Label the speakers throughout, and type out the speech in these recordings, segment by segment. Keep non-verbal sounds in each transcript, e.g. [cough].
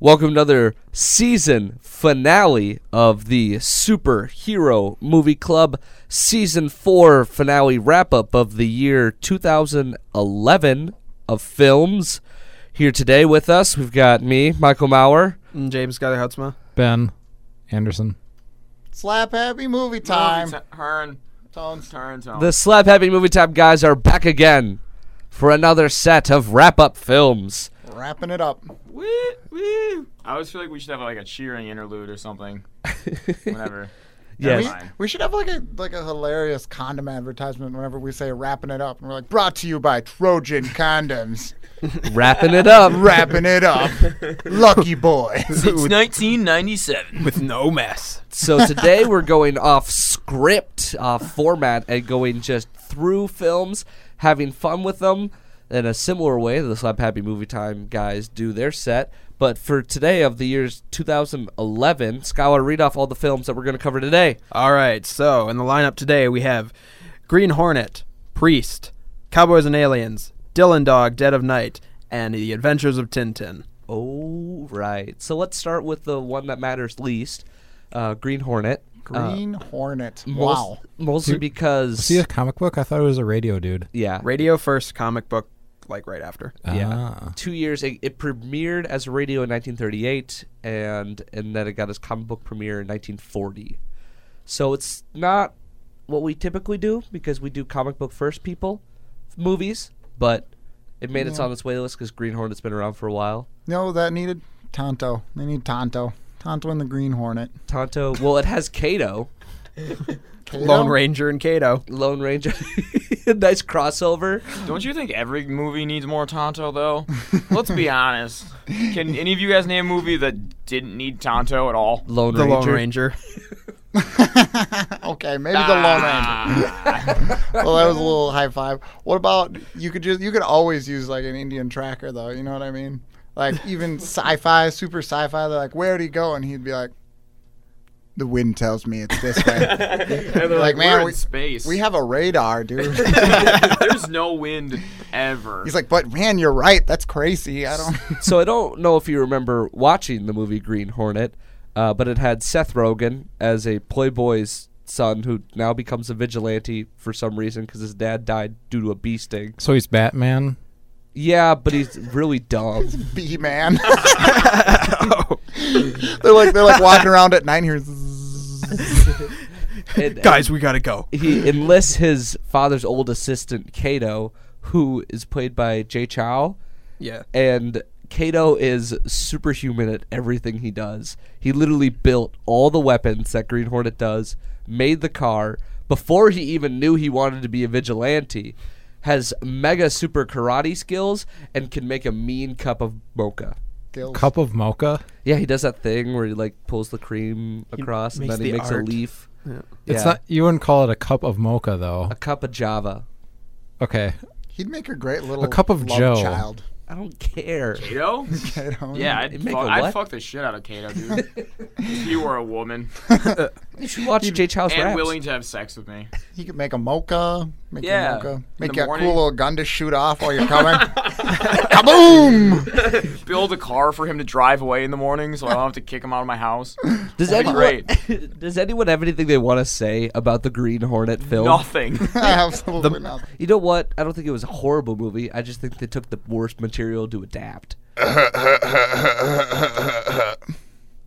Speaker 1: Welcome to another season finale of the Superhero Movie Club season 4 finale wrap up of the year 2011 of films. Here today with us, we've got me, Michael Maurer.
Speaker 2: Mm, James Skyler Hutzma.
Speaker 3: Ben Anderson.
Speaker 4: Slap happy movie time.
Speaker 5: Movie ti- Turn.
Speaker 4: Tones.
Speaker 5: Turn. Tone.
Speaker 1: The Slap Happy Movie Time guys are back again for another set of wrap up films.
Speaker 4: Wrapping it up.
Speaker 5: Woo, woo. I always feel like we should have like a cheering interlude
Speaker 4: [laughs]
Speaker 5: or something. Whenever.
Speaker 1: Yes.
Speaker 4: We, we should have like a like a hilarious condom advertisement whenever we say wrapping it up. And we're like, brought to you
Speaker 1: [laughs]
Speaker 4: by Trojan Condoms.
Speaker 1: Wrapping it up.
Speaker 4: [laughs] wrapping
Speaker 1: [laughs]
Speaker 4: it up.
Speaker 2: [laughs]
Speaker 4: Lucky boys.
Speaker 5: It's 1997.
Speaker 2: With no mess.
Speaker 1: So today we're going off script, off format, and going just through films, having fun with them in a similar way that the Slap Happy Movie Time guys do their set. But for today of the year's 2011, Skylar, read off all the films that we're going to cover today.
Speaker 2: All right, so in the lineup today we have Green Hornet, Priest, Cowboys and Aliens, Dylan Dog, Dead of Night, and The Adventures of Tintin.
Speaker 1: Oh, right. So let's start with the one that matters least uh, Green Hornet. Uh,
Speaker 4: Green Hornet.
Speaker 1: most-
Speaker 4: Wow.
Speaker 1: Mostly because.
Speaker 3: See a comic book? I thought it was a radio dude.
Speaker 1: yeah.
Speaker 2: Radio first, comic book like right after.
Speaker 1: Yeah.
Speaker 3: Ah.
Speaker 1: Two years. It, it premiered as a radio in 1938, and and then it got its comic book premiere in 1940. So it's not what we typically do because we do comic book first, people, movies. But it made its on its way list because Green Hornet's been around for a while.
Speaker 4: No, that needed Tonto. They need Tonto. Tonto and the Green Hornet.
Speaker 1: Tonto. Well, it has Kato,
Speaker 4: Kato?
Speaker 2: Lone Ranger and Kato.
Speaker 1: Lone Ranger. [laughs] nice crossover.
Speaker 5: Don't you think every movie needs more
Speaker 4: [laughs]
Speaker 5: Tonto though? Let's be honest. Can any of you guys name a movie that didn't need Tonto at all?
Speaker 1: Lone
Speaker 2: The Lone
Speaker 1: Ranger.
Speaker 2: Ranger.
Speaker 4: [laughs]
Speaker 2: [laughs]
Speaker 4: okay, maybe the Lone
Speaker 1: Ah.
Speaker 4: Ranger.
Speaker 5: Ah.
Speaker 4: [laughs] Well, that was
Speaker 3: [laughs]
Speaker 4: a little high five. What about you could just you could always use like an Indian tracker though. You know what I mean? Like
Speaker 3: [laughs]
Speaker 4: even sci-fi, super sci-fi. They're like, where'd he go? And he'd be like, the wind tells me it's this way.
Speaker 3: [laughs]
Speaker 5: they're
Speaker 4: Like,
Speaker 5: like,
Speaker 4: man,
Speaker 5: we're in
Speaker 4: we-
Speaker 5: space.
Speaker 4: we have [laughs] a radar, dude.
Speaker 5: [laughs] There's no wind ever.
Speaker 4: He's like, but man, you're right. That's crazy. I don't. [laughs]
Speaker 1: so I don't know if you remember watching the movie Green Hornet, uh, but it had Seth Rogen as a playboy's son who now becomes a vigilante for some reason because his dad died due to a bee sting.
Speaker 3: So he's Batman.
Speaker 1: Yeah, but he's really dumb.
Speaker 4: [laughs]
Speaker 3: [laughs]
Speaker 4: B man. they're like they're like walking around at night
Speaker 3: [laughs]
Speaker 4: here. zzzz.
Speaker 1: And-
Speaker 2: Guys, we gotta go.
Speaker 1: he enlists his father's old assistant Kato, who is played by Jay Chow,
Speaker 2: Yeah.
Speaker 1: and Kato is superhuman at everything he does. He literally built all the weapons that Green Hornet does, made the car before he even knew he wanted to be a vigilante. Has mega super karate skills and can make a mean cup of mocha.
Speaker 4: Gills.
Speaker 3: Cup of mocha.
Speaker 1: Yeah, he does that thing where he like pulls the cream across and
Speaker 2: makes
Speaker 1: then he
Speaker 2: the
Speaker 1: makes a
Speaker 2: art.
Speaker 1: leaf. Yeah.
Speaker 3: It's not. You wouldn't call it a cup of mocha though.
Speaker 1: a cup of Java.
Speaker 3: Okay.
Speaker 4: He'd make a great little
Speaker 3: A cup of
Speaker 4: love
Speaker 3: Joe.
Speaker 4: child. [laughs]
Speaker 1: I don't care.
Speaker 5: Kato?
Speaker 4: Kato.
Speaker 5: Yeah, I'd,
Speaker 1: Make
Speaker 5: fuck,
Speaker 1: a
Speaker 5: I'd
Speaker 1: what?
Speaker 5: fuck the shit out of Kato, dude.
Speaker 4: [laughs]
Speaker 5: if you were a woman
Speaker 1: You should watch J. Chow's
Speaker 5: and
Speaker 1: raps.
Speaker 5: willing to have sex with me.
Speaker 4: He could make a mocha, make
Speaker 5: Yeah,
Speaker 4: a mocha,
Speaker 5: in
Speaker 4: make
Speaker 5: the
Speaker 4: you a
Speaker 5: morning.
Speaker 4: cool little gun to shoot off while you're
Speaker 5: [laughs]
Speaker 4: coming. Kaboom!
Speaker 2: [laughs]
Speaker 4: [laughs]
Speaker 5: Build a car for him to drive away in the morning so I don't have to kick him out of my house.
Speaker 1: [laughs] Does
Speaker 5: That'd be
Speaker 1: anyone [laughs] does anyone have anything they want to say about the Green Hornet film?
Speaker 5: Nothing.
Speaker 4: Absolutely not.
Speaker 1: You know what? I don't think it was a horrible movie. I just think they took the worst material to adapt.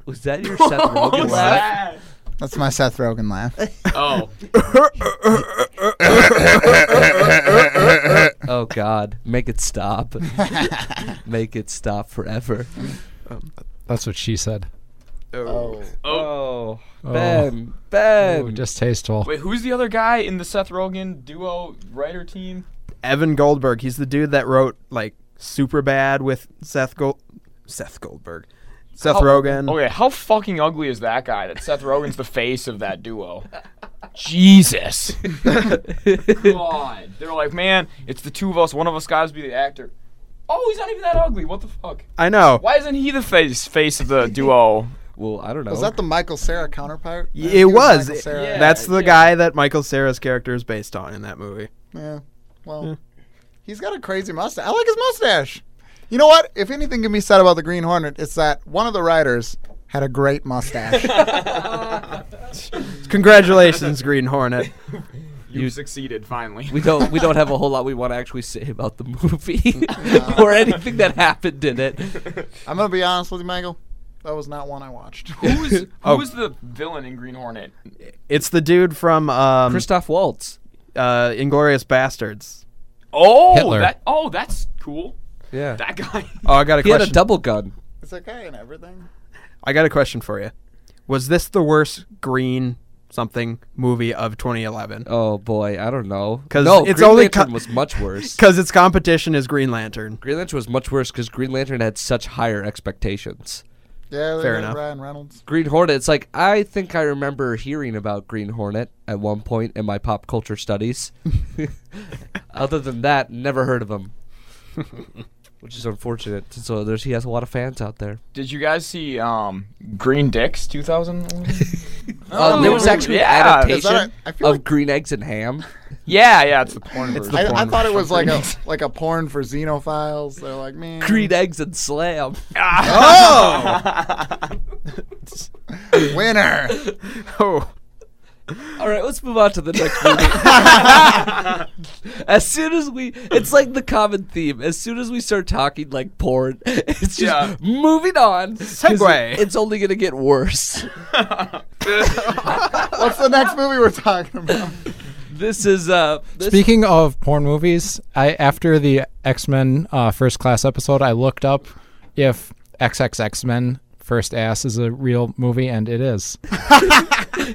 Speaker 1: was that your Seth
Speaker 5: [laughs]
Speaker 1: Rogen laugh?
Speaker 4: That's my Seth
Speaker 2: [laughs]
Speaker 4: Rogen laugh.
Speaker 5: Oh.
Speaker 1: Oh God! Make it stop! Make it stop forever!
Speaker 3: That's what she said.
Speaker 4: oh.
Speaker 1: Oh, Ben, Ben,
Speaker 3: Ooh, distasteful.
Speaker 5: Wait, who's the other guy in the Seth Rogen duo writer team?
Speaker 2: Evan Goldberg. He's the dude that wrote like Super Bad with Seth Gold Seth Goldberg. Seth Rogen.
Speaker 5: Okay, how fucking ugly is that guy that Seth Rogen's the face of that duo? Jesus. [laughs] God. They're like, man, it's the two of us. One of us guys be the actor. Oh, he's not even that ugly. What the fuck?
Speaker 2: [laughs] I know.
Speaker 5: Why isn't he the face face of the duo?
Speaker 1: Well, I don't know.
Speaker 4: Was that the Michael Sarah counterpart?
Speaker 2: Y- It was.
Speaker 4: Michael
Speaker 2: It-
Speaker 4: Cera.
Speaker 5: yeah.
Speaker 2: That's the guy that Michael Sarah's character is based on in that movie.
Speaker 4: Yeah. Well, he's got a crazy mustache. I like his mustache. You know what? If anything can be said about the Green Hornet, it's that one of the riders had a great
Speaker 5: [laughs]
Speaker 4: mustache.
Speaker 1: [laughs]
Speaker 2: Congratulations, Green Hornet.
Speaker 5: You,
Speaker 1: You-
Speaker 5: succeeded finally.
Speaker 1: We don't we don't have a whole lot we want to actually say about the movie [laughs] or anything that happened in it.
Speaker 4: I'm gonna be honest with you, Michael. That was not one I
Speaker 5: [laughs]
Speaker 4: watched.
Speaker 1: [laughs]
Speaker 5: Who was
Speaker 2: Oh.
Speaker 5: who was the villain in Green Hornet?
Speaker 2: It's the dude from um,
Speaker 1: Christoph Waltz.
Speaker 2: uh, Inglorious Bastards.
Speaker 5: Oh,
Speaker 3: Hitler.
Speaker 5: that oh that's cool.
Speaker 1: Yeah.
Speaker 5: That guy. [laughs]
Speaker 2: Oh, I got a
Speaker 1: He had a
Speaker 2: question.
Speaker 1: double gun.
Speaker 4: it's okay and everything.
Speaker 2: I got a question for you. Was this the worst green something movie of 2011?
Speaker 1: Oh boy, I don't know.
Speaker 2: 'Cause
Speaker 1: no,
Speaker 2: it's
Speaker 1: Green
Speaker 2: only
Speaker 1: Lantern
Speaker 2: co-
Speaker 1: was much
Speaker 2: [laughs]
Speaker 1: worse.
Speaker 2: Because its competition is
Speaker 1: [laughs]
Speaker 2: Green Lantern.
Speaker 1: Green Lantern was much worse because Green Lantern had such higher expectations.
Speaker 4: Yeah, they
Speaker 2: Fair
Speaker 4: got
Speaker 2: enough.
Speaker 4: Ryan Reynolds.
Speaker 1: Green Hornet, it's like I think I remember hearing about Green Hornet at one point in my pop culture
Speaker 2: [laughs]
Speaker 1: studies. Other than that, never heard of him. [laughs] Which is unfortunate. So there's he has a lot of fans out there.
Speaker 5: Did you guys see um, Green Dicks 2000?
Speaker 1: Um, there was actually an
Speaker 5: Oh, yeah.
Speaker 4: Is that
Speaker 1: adaptation
Speaker 4: a- I feel
Speaker 1: of
Speaker 4: like-
Speaker 1: Green Eggs and
Speaker 5: [laughs]
Speaker 1: Ham.
Speaker 5: yeah, yeah, it's the porn version.
Speaker 4: I, I thought it was like
Speaker 5: [laughs]
Speaker 4: a [laughs] like a porn for xenophiles. They're like, man,
Speaker 1: Green Eggs and Slam.
Speaker 4: [laughs]
Speaker 5: Ah.
Speaker 4: winner.
Speaker 2: Oh,
Speaker 1: All right, let's move on to the
Speaker 5: [laughs]
Speaker 1: next movie. [laughs] as soon as we, it's like the common theme. As soon as we start talking like porn, [laughs] it's just
Speaker 5: Yeah.
Speaker 1: moving on. 'cause
Speaker 2: Segue.
Speaker 1: It's only gonna get worse. [laughs]
Speaker 4: What's the next movie we're talking
Speaker 5: [laughs]
Speaker 4: about?
Speaker 1: This is uh. This,
Speaker 3: Speaking of porn movies, I after the X Men uh, First Class episode, I looked up if XXX Men First Ass is a real movie, and it is.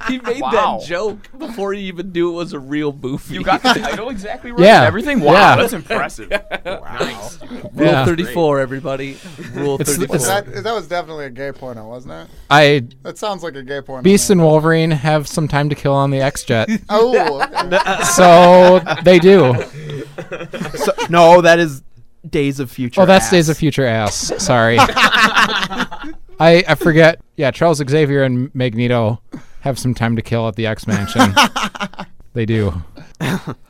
Speaker 1: he made
Speaker 5: Wow.
Speaker 1: that joke before he even knew it was a real movie.
Speaker 5: [laughs] You got the title exactly right.
Speaker 3: Yeah.
Speaker 5: and Everything. Wow,
Speaker 3: Yeah.
Speaker 5: that's impressive. Nice.
Speaker 1: [laughs] Rule
Speaker 3: Yeah.
Speaker 1: 34, everybody. Rule
Speaker 3: It's-
Speaker 1: 34.
Speaker 3: it's-
Speaker 4: That, that was definitely a gay porno, wasn't it?
Speaker 3: I
Speaker 4: That sounds like a gay porno.
Speaker 3: Beast
Speaker 4: man.
Speaker 3: and Wolverine have some time to kill on the X
Speaker 1: [laughs]
Speaker 3: Jet,
Speaker 5: [laughs]
Speaker 4: oh, okay.
Speaker 3: so they do.
Speaker 2: so, no, that is Days of Future.
Speaker 3: Oh, that's
Speaker 2: Past.
Speaker 3: Days of Future Ass. Sorry, I I forget. Yeah, Charles Xavier and Magneto have some time to kill at the X Mansion.
Speaker 1: [laughs]
Speaker 3: they do.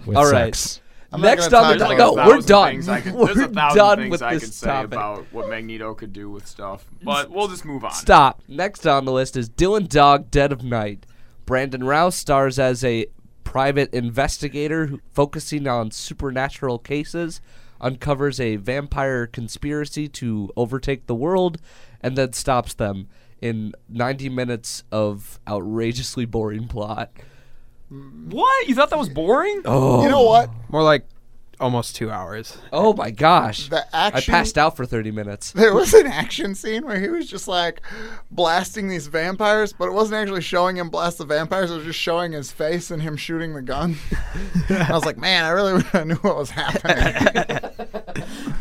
Speaker 3: With
Speaker 1: All right.
Speaker 3: sex.
Speaker 4: I'm not
Speaker 1: Next
Speaker 4: gonna
Speaker 1: on the
Speaker 4: talk
Speaker 1: do-
Speaker 5: There's like
Speaker 1: no,
Speaker 5: a
Speaker 1: we're
Speaker 5: thousand
Speaker 1: done.
Speaker 5: things I could,
Speaker 1: [laughs]
Speaker 5: there's
Speaker 1: we're
Speaker 5: a thousand
Speaker 1: done
Speaker 5: things
Speaker 1: with
Speaker 5: I could
Speaker 1: this
Speaker 5: say
Speaker 1: topic.
Speaker 5: about what Magneto could do with stuff, but we'll just move on.
Speaker 1: Stop. Next on the list is Dylan Dog Dead of Night. Brandon Rouse stars as a private investigator who, focusing on supernatural cases, uncovers a vampire conspiracy to overtake the world, and then stops them in 90 minutes of outrageously boring plot.
Speaker 5: What? You thought that was boring?
Speaker 1: Oh,
Speaker 4: You know what?
Speaker 2: More like almost two hours.
Speaker 1: oh my gosh.
Speaker 4: The
Speaker 1: I
Speaker 4: action.
Speaker 1: passed out for 30 minutes.
Speaker 4: There was an action scene where he was just like blasting these vampires, but it wasn't actually showing him blast the vampires. It was just showing his face and him shooting the
Speaker 5: [laughs]
Speaker 4: gun. I was like, man, I really wish I knew what was happening.
Speaker 5: [laughs]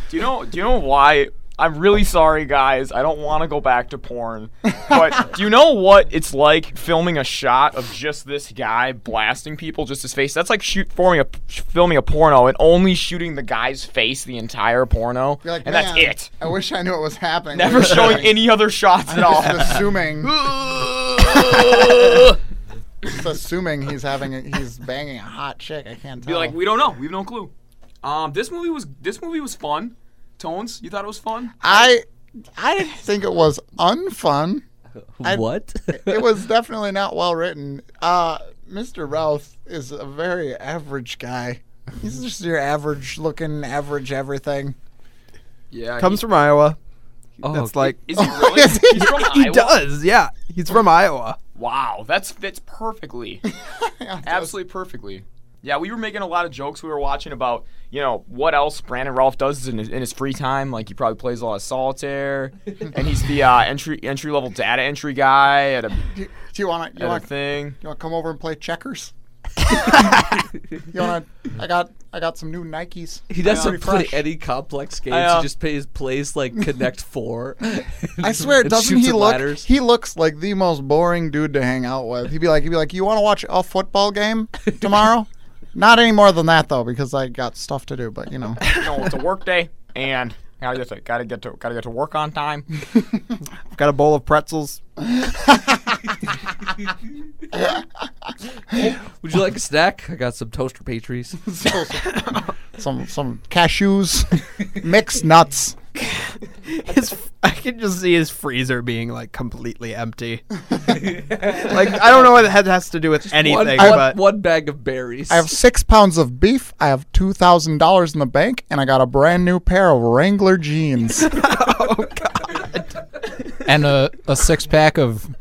Speaker 5: Do you know? Do you know why? I'm really sorry, guys. I don't want to go back to porn. But
Speaker 4: [laughs]
Speaker 5: do you know what it's like filming a shot of just this guy blasting people, just his face? That's like shoot, forming a, filming a porno and only shooting the guy's face the entire porno,
Speaker 4: You're like,
Speaker 5: and
Speaker 4: man,
Speaker 5: that's it.
Speaker 4: I wish I knew what was happening. [laughs]
Speaker 5: Never showing
Speaker 4: Like,
Speaker 5: any other shots
Speaker 4: [laughs]
Speaker 5: at all.
Speaker 4: Just
Speaker 5: [laughs]
Speaker 4: assuming, just assuming he's having, a, he's banging a hot chick. I can't tell.
Speaker 5: Be like, we don't know. We have no clue. Um, this movie was this movie was fun. Tones, you thought it was fun?
Speaker 4: I, I didn't think it was unfun. [laughs] I-
Speaker 1: what?
Speaker 4: it was definitely not well written. Uh, Mr. Routh is a very average guy. He's just your average looking, average everything.
Speaker 5: Yeah.
Speaker 2: Comes from Iowa.
Speaker 1: Oh,
Speaker 2: That's like
Speaker 5: Is
Speaker 2: [laughs]
Speaker 5: he really?
Speaker 4: Is he-
Speaker 5: He's from
Speaker 2: he
Speaker 5: Iowa?
Speaker 2: does. Yeah, he's from Iowa.
Speaker 5: Wow, that's fits perfectly. Absolutely perfectly. Yeah, we were making a lot of jokes. We were watching about, you know, what else Brandon Rolfe does in his, in his free time. Like he probably plays a lot of solitaire, and he's the uh, entry entry level data entry guy at a,
Speaker 4: Do you want to? You
Speaker 5: at a
Speaker 4: want?
Speaker 5: thing.
Speaker 4: You want to come over and play
Speaker 5: [laughs]
Speaker 4: checkers? you want to? I got. I got some new Nikes.
Speaker 1: He doesn't
Speaker 5: Pretty
Speaker 1: play
Speaker 5: fresh.
Speaker 1: any complex games.
Speaker 5: uh,
Speaker 1: he just plays, plays like
Speaker 4: [laughs]
Speaker 1: Connect Four. [laughs]
Speaker 4: I swear,
Speaker 1: And
Speaker 4: doesn't
Speaker 1: shoots
Speaker 4: he
Speaker 1: at
Speaker 4: look?
Speaker 1: ladders.
Speaker 4: He looks like the most boring dude to hang out with. He'd be like, he'd be like, you want to watch a
Speaker 2: [laughs]
Speaker 4: football game tomorrow? Not any more than that though, because I got stuff to do. But you
Speaker 2: [laughs]
Speaker 4: know,
Speaker 5: You know, it's a work day, and gotta get to gotta get to gotta get to work on time.
Speaker 2: I've got a bowl of pretzels.
Speaker 1: Would you like a snack? I got some toaster
Speaker 4: [laughs]
Speaker 1: pastries.
Speaker 4: some some cashews, mixed nuts.
Speaker 2: his [laughs] I can just see his freezer being like completely
Speaker 1: [laughs]
Speaker 2: empty. like I don't know what that has to do with
Speaker 1: One, one-
Speaker 2: anything, but
Speaker 1: one bag of berries.
Speaker 4: I have six pounds of beef. I have two thousand dollars in the bank, and I got a brand new pair of
Speaker 2: [laughs]
Speaker 4: Wrangler jeans.
Speaker 3: and a, a six pack of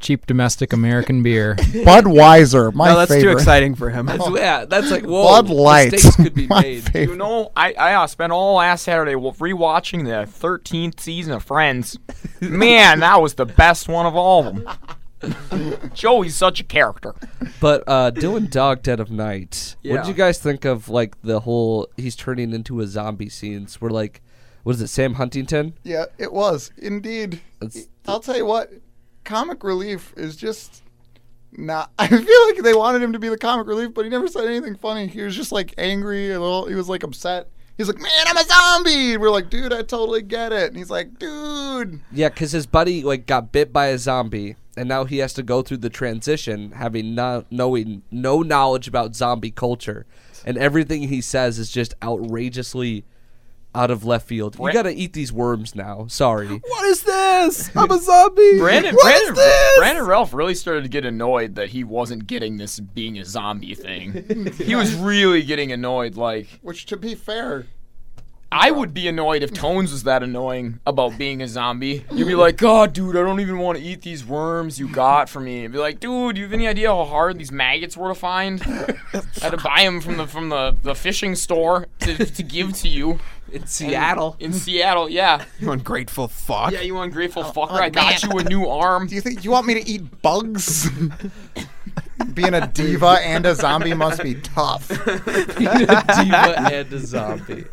Speaker 3: cheap domestic American
Speaker 1: [laughs]
Speaker 3: beer.
Speaker 4: Budweiser, my
Speaker 2: no, oh, that's
Speaker 4: favorite.
Speaker 2: too exciting for
Speaker 1: [laughs]
Speaker 2: him. Oh,
Speaker 1: So, yeah, that's like whoa.
Speaker 4: Bud Light, [laughs]
Speaker 1: mistakes could be
Speaker 4: my
Speaker 1: made.
Speaker 5: You
Speaker 4: favorite.
Speaker 5: know, I, I uh, spent all last Saturday w- rewatching the 13th season of
Speaker 2: [laughs]
Speaker 5: Friends. Man, that was the best one of all of them. Joey's such a character.
Speaker 1: But uh, Dylan Dog Dead of Night. What
Speaker 5: Yeah.
Speaker 1: did you guys think of like the whole he's turning into a zombie scenes where like what is it, Sam Huntington?
Speaker 4: Yeah, it was indeed.
Speaker 1: That's-
Speaker 4: I'll tell you what, comic relief is just not. [laughs] I feel like they wanted him to be the comic relief, but he never said anything funny. He was just like angry, a little. He was like upset. He's like, "Man, I'm a zombie." We're like, "Dude, I totally get it." And he's like, "Dude."
Speaker 1: Yeah, because his buddy like got bit by a zombie and now he has to go through the transition having no knowing no knowledge about zombie culture. And everything he says is just outrageously out of left field. You
Speaker 5: Bra-
Speaker 1: gotta eat these worms now. [laughs] Sorry.
Speaker 2: what is this? I'm a zombie.
Speaker 5: Brandon,
Speaker 2: What is
Speaker 5: Brandon,
Speaker 2: this?
Speaker 5: Brandon Ralph really started to get annoyed that he wasn't getting this being a zombie thing.
Speaker 2: [laughs]
Speaker 5: he was really getting annoyed. Like,
Speaker 4: Which, to be fair,
Speaker 5: I would be annoyed if Tones was that annoying about being a zombie. You'd be like, God, dude, I don't even want to eat these worms you got for me. And be like, dude, you have any idea how hard these maggots were to find? I had to buy them from the from the, the fishing store to, to give to you
Speaker 1: In Seattle.
Speaker 5: in Seattle. Yeah, Oh,
Speaker 2: You ungrateful fuck.
Speaker 5: [laughs] yeah, you ungrateful fucker. I got you a new arm.
Speaker 4: do you think you want me to eat bugs? [laughs] Being a diva and a zombie must be tough.
Speaker 1: diva and a [laughs] zombie.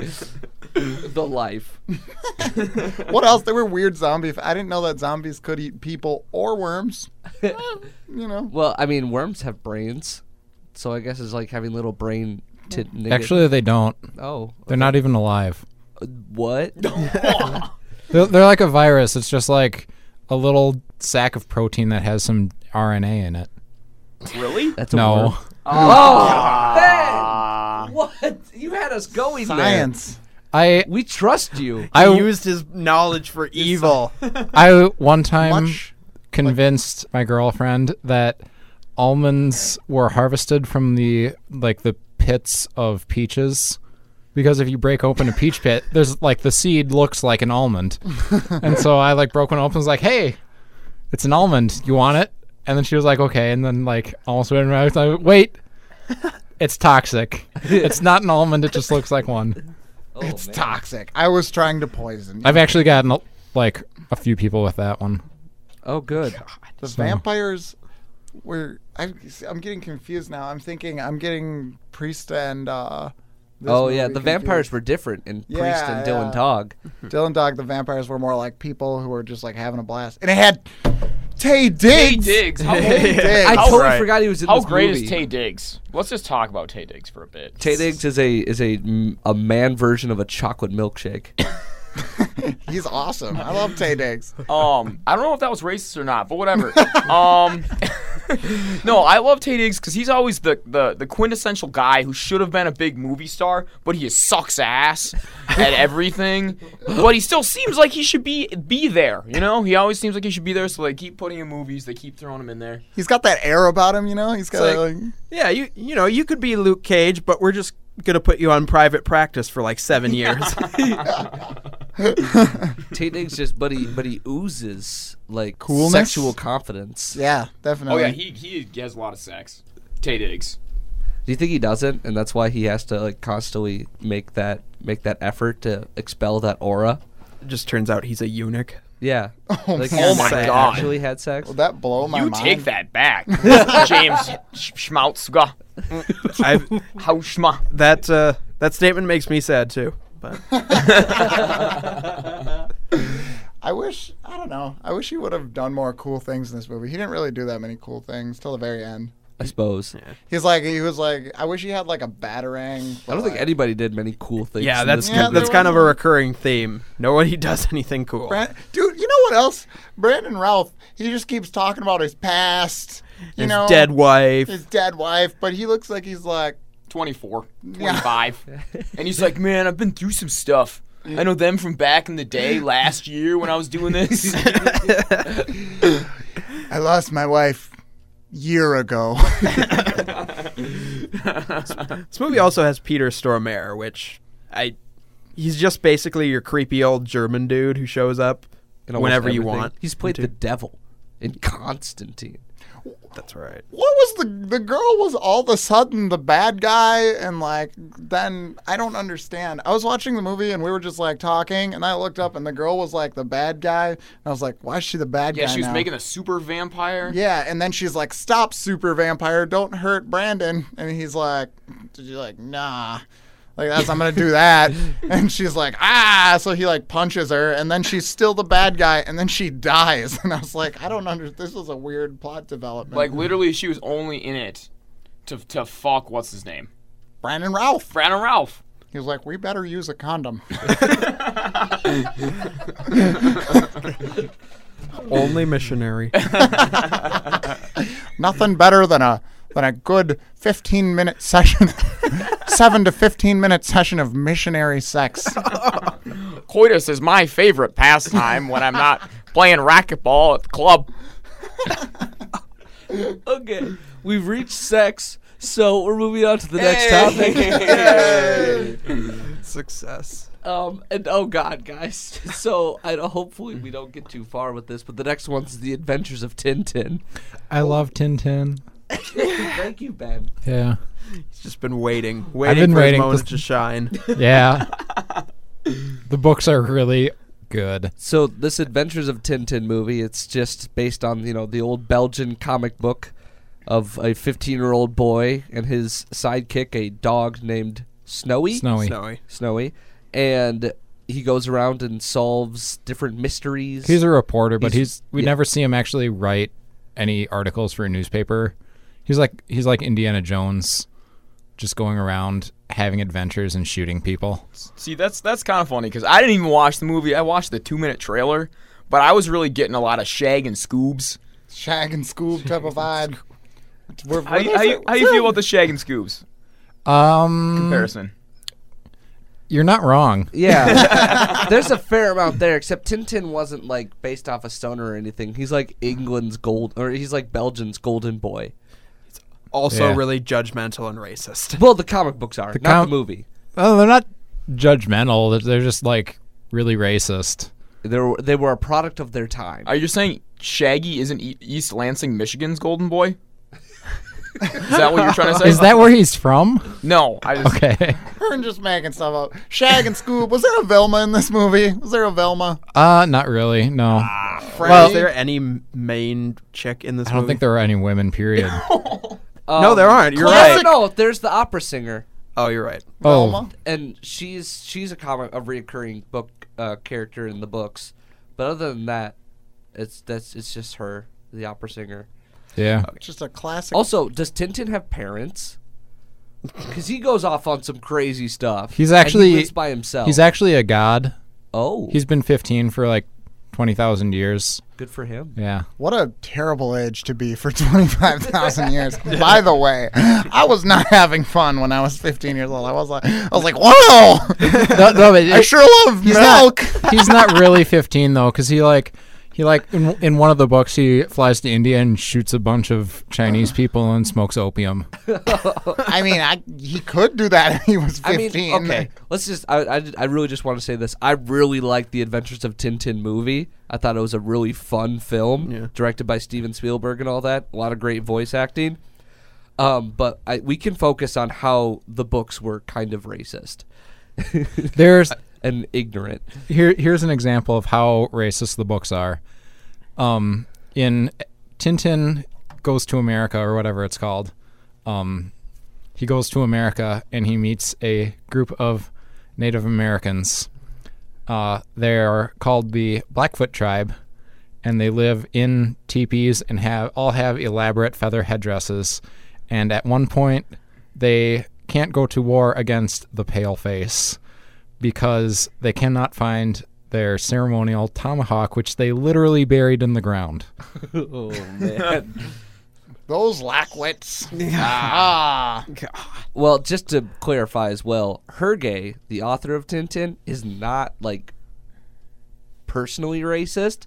Speaker 1: the life.
Speaker 4: What else? There were weird zombie. I didn't know that zombies could eat people or worms. you know.
Speaker 1: Well, I mean, worms have brains, so I guess it's like having little brain. T-
Speaker 3: Actually, they don't.
Speaker 1: oh,
Speaker 3: They're not even alive.
Speaker 1: what?
Speaker 3: They're, they're like a virus. It's just like a little sack of protein that has some RNA in it.
Speaker 5: Really?
Speaker 1: That's a worm.
Speaker 3: No.
Speaker 1: Oh, Ben! What? You had us going there.
Speaker 4: Science.
Speaker 3: I
Speaker 1: We trust you.
Speaker 2: He
Speaker 3: I
Speaker 2: used his knowledge for
Speaker 1: [laughs]
Speaker 2: evil.
Speaker 3: I one time
Speaker 4: Much
Speaker 3: convinced my girlfriend that almonds were harvested from the like the pits of peaches because if you break open a peach pit, there's like the seed looks like an almond, and so I like broke one open. Was like, hey, it's an almond. You want it? And then she was like, okay. And then like almost went around. I was like, wait. It's toxic. It's not an almond. It just looks like one.
Speaker 1: it's
Speaker 4: toxic. I was trying to poison. you.
Speaker 3: I've actually gotten like a few people with that one.
Speaker 1: Oh,
Speaker 4: [laughs]
Speaker 1: good.
Speaker 4: The vampires were. I, I'm getting confused now. I'm thinking. I'm getting priest and. uh this
Speaker 1: Oh yeah,
Speaker 4: movie
Speaker 1: the
Speaker 4: confused.
Speaker 1: vampires were different in Priest
Speaker 4: Yeah,
Speaker 1: and Dylan
Speaker 4: yeah.
Speaker 1: Dog.
Speaker 4: Dylan Dog. The vampires were more like people who were just like having a blast, and it had Tay Diggs.
Speaker 5: Diggs. [laughs] How,
Speaker 4: Diggs.
Speaker 1: I
Speaker 5: How-
Speaker 1: totally
Speaker 2: right.
Speaker 1: forgot he was in
Speaker 5: how
Speaker 1: this
Speaker 5: great
Speaker 1: movie.
Speaker 5: is Tay Diggs? Let's just talk about Tay Diggs for a bit.
Speaker 1: Tay Diggs is a is a m- a man version of a chocolate
Speaker 5: [coughs]
Speaker 1: milkshake.
Speaker 4: He's awesome. I love Tay Diggs.
Speaker 5: Um, [laughs] I don't know if that was racist or not, but [laughs] whatever. um, no, I love Tay Diggs because he's always the, the the quintessential guy who should have been a big movie star, but he sucks ass [laughs] at everything. But he still seems like he should be be there. You know, he always seems like he should be there. So they keep putting in movies, they keep throwing him in there.
Speaker 4: He's got that air about him. You know. He's got
Speaker 5: It's
Speaker 4: like,
Speaker 5: like-
Speaker 2: Yeah, you you know you could be Luke Cage, but we're just gonna put you on private practice for like seven years.
Speaker 1: [laughs] Tay Diggs just, but he but he oozes like
Speaker 4: Coolness?
Speaker 1: sexual confidence.
Speaker 4: yeah,
Speaker 5: Oh
Speaker 4: definitely.
Speaker 5: yeah, he he has a lot of sex. Tay Diggs.
Speaker 1: Do you think he doesn't, and that's why he has to like constantly make that make that effort to expel that aura?
Speaker 2: it just turns out he's a eunuch.
Speaker 4: [laughs]
Speaker 1: Yeah. Oh, like,
Speaker 4: man.
Speaker 5: Oh, my
Speaker 1: they
Speaker 5: God.
Speaker 1: Actually had sex.
Speaker 4: Will that blow my
Speaker 5: You
Speaker 4: mind?
Speaker 5: take that back, [laughs] James Sch- Schmautzga.
Speaker 2: I
Speaker 1: [laughs]
Speaker 5: How schma?
Speaker 2: that uh, that statement makes me sad too. But
Speaker 4: I wish I don't know. I wish he would have done more cool things in this movie. He didn't really do that many cool things till the very end.
Speaker 1: I suppose.
Speaker 4: He's like he was like I wish he had like a batarang.
Speaker 1: I don't think anybody did many cool things.
Speaker 2: yeah,
Speaker 1: in
Speaker 2: that's
Speaker 1: this
Speaker 4: Yeah,
Speaker 1: movie.
Speaker 2: that's kind of a recurring theme. Nobody [laughs] does anything cool.
Speaker 4: Bran- dude, you know what else? Brandon Ralph, he just keeps talking about his past, you
Speaker 2: his
Speaker 4: know,
Speaker 2: dead wife.
Speaker 4: his dead wife, but he looks like he's like
Speaker 5: 24, 25. and he's like, man, I've been through some stuff. I know them from back in the day, last year when I was doing this.
Speaker 4: I lost my wife year ago.
Speaker 2: This movie also has Peter Stormare, which I he's just basically your creepy old German dude who shows up
Speaker 1: in almost
Speaker 2: whenever you
Speaker 1: everything.
Speaker 2: want.
Speaker 1: He's played the devil in [laughs] Constantine.
Speaker 2: That's right.
Speaker 4: what was the the girl was all of a sudden the bad guy and like then I don't understand. I was watching the movie and we were just like talking and I looked up and the girl was like the bad guy and I was like, why is she the bad
Speaker 5: yeah,
Speaker 4: guy?
Speaker 5: she was
Speaker 4: now?
Speaker 5: making a super vampire.
Speaker 4: Yeah, and then she's like, "Stop, super vampire! Don't hurt Brandon." And he's like, "Did you like nah?" Like that's I'm gonna do
Speaker 5: [laughs]
Speaker 4: that. And she's like, "Ah!" So he like punches her, and then she's still the bad guy, and then she dies. [laughs] And I was like, I don't understand. This was a weird plot development.
Speaker 5: Like literally, she was only in it to to fuck what's his name,
Speaker 4: Brandon Ralph.
Speaker 5: Brandon Ralph.
Speaker 4: He was like, "We better use a
Speaker 5: [laughs]
Speaker 4: condom."
Speaker 2: Only [laughs] missionary.
Speaker 4: Nothing better than a than a good 15 minute
Speaker 5: [laughs]
Speaker 4: session, seven to 15 minute session of missionary sex.
Speaker 5: Coitus is my favorite pastime when I'm not playing racquetball at the club.
Speaker 1: Okay, we've reached sex, so we're moving on to the next [laughs] topic.
Speaker 2: Success.
Speaker 1: Um, and oh god, guys. [laughs] So I hopefully we don't get too far with this, but the next one's the Adventures of Tintin.
Speaker 3: I love Tintin.
Speaker 1: Thank you, Ben.
Speaker 3: Yeah.
Speaker 2: He's just been waiting, waiting
Speaker 3: been
Speaker 2: for his
Speaker 3: waiting
Speaker 2: moment
Speaker 3: to-
Speaker 2: to
Speaker 3: [laughs]
Speaker 2: shine.
Speaker 3: Yeah. the books are really good.
Speaker 1: So this Adventures of Tintin movie, it's just based on you know the old Belgian comic book of a 15-year-old boy and his sidekick, a dog named Snowy.
Speaker 3: Snowy.
Speaker 2: Snowy.
Speaker 1: Snowy, and he goes around and solves different mysteries.
Speaker 3: He's a reporter, but
Speaker 1: He's-
Speaker 3: he's, we
Speaker 1: yeah.
Speaker 3: never see him actually write any articles for a newspaper. He's like he's like Indiana Jones, just going around having adventures and shooting people.
Speaker 5: See, that's that's kind of funny because I didn't even watch the movie. I watched the two minute trailer, but I was really getting a lot of shag and scoobs.
Speaker 4: Shag and Scoob type of vibe. Were- were
Speaker 5: How,
Speaker 4: those
Speaker 5: you- how, you- how you feel about the shag and scoobs
Speaker 3: Um,
Speaker 5: comparison?
Speaker 3: you're not wrong.
Speaker 1: [laughs]
Speaker 3: [laughs]
Speaker 1: Yeah. There's a fair amount there, except Tintin wasn't like based off a stoner or anything. He's like England's gold or he's like Belgium's golden boy.
Speaker 2: Also
Speaker 3: Yeah.
Speaker 2: really judgmental and racist.
Speaker 1: Well, the comic books are, not
Speaker 3: com-
Speaker 1: the movie.
Speaker 3: Oh, they're not judgmental. They're- They're just like really racist.
Speaker 1: They were, they were a product of their time.
Speaker 5: Are you saying Shaggy isn't E- East Lansing, Michigan's golden boy? Is that what you're trying to say?
Speaker 3: Is that where he's from? [laughs]
Speaker 5: no? I just
Speaker 3: Okay.
Speaker 4: We're just making stuff up. Shag and Scoob. Was there a Velma in this movie? Was there a Velma?
Speaker 3: Uh, not really. No, I
Speaker 2: Is there any m- main chick in this
Speaker 3: don't
Speaker 2: movie?
Speaker 3: think there Um, were any women. Period.
Speaker 2: no, there aren't. You're
Speaker 1: Classic-
Speaker 2: right.
Speaker 1: Um, No, there's the opera singer,
Speaker 2: Oh, you're right.
Speaker 3: Oh,
Speaker 4: Velma?
Speaker 1: and she's she's a comic a reoccurring book uh, character in the books. But other than that, it's that's it's just her, the opera singer.
Speaker 3: yeah.
Speaker 4: Just a classic.
Speaker 1: Also, does Tintin have parents? Because he goes off on some crazy stuff.
Speaker 3: He's
Speaker 1: and he
Speaker 3: actually-
Speaker 1: lives by himself.
Speaker 3: He's actually a god.
Speaker 1: oh,
Speaker 3: He's been 15 for like 20,000 years.
Speaker 1: good for him.
Speaker 3: Yeah.
Speaker 4: What a terrible age to be for [laughs] 25,000 years. By the way, I was not [laughs] having fun when I was 15 years old. I was like, I was like, wow,
Speaker 3: [laughs] No, no, but
Speaker 4: I
Speaker 3: [laughs] it-
Speaker 4: sure love
Speaker 3: not-
Speaker 4: milk.
Speaker 3: [laughs] he's not really 15 though cuz he like he like in, in one of the books he flies to India and shoots a bunch of Chinese people and smokes opium.
Speaker 4: I mean, I, he could do that [laughs] if he was
Speaker 1: I
Speaker 4: 15.
Speaker 1: mean, okay. Let's just. I, I, I really just want to say this. I really like the Adventures of Tintin movie. I thought it was a really fun film,
Speaker 2: Yeah.
Speaker 1: directed by Steven Spielberg and all that. A lot of great voice acting. Um, but I, we can focus on how the books were kind of racist
Speaker 3: There's
Speaker 1: and ignorant.
Speaker 3: here here's an example of how racist the books are. Um, in Tintin goes to America or whatever it's called. Um, he goes to America and he meets a group of Native Americans. Uh, they are called the Blackfoot tribe, and they live in teepees and have all have elaborate feather headdresses. And at one point, they can't go to war against the Paleface because they cannot find their ceremonial tomahawk, which they literally buried in the ground.
Speaker 1: Oh man.
Speaker 4: Those lackwits. ah.
Speaker 1: Well, just to clarify as well, Hergé, the author of Tintin, is not like personally racist.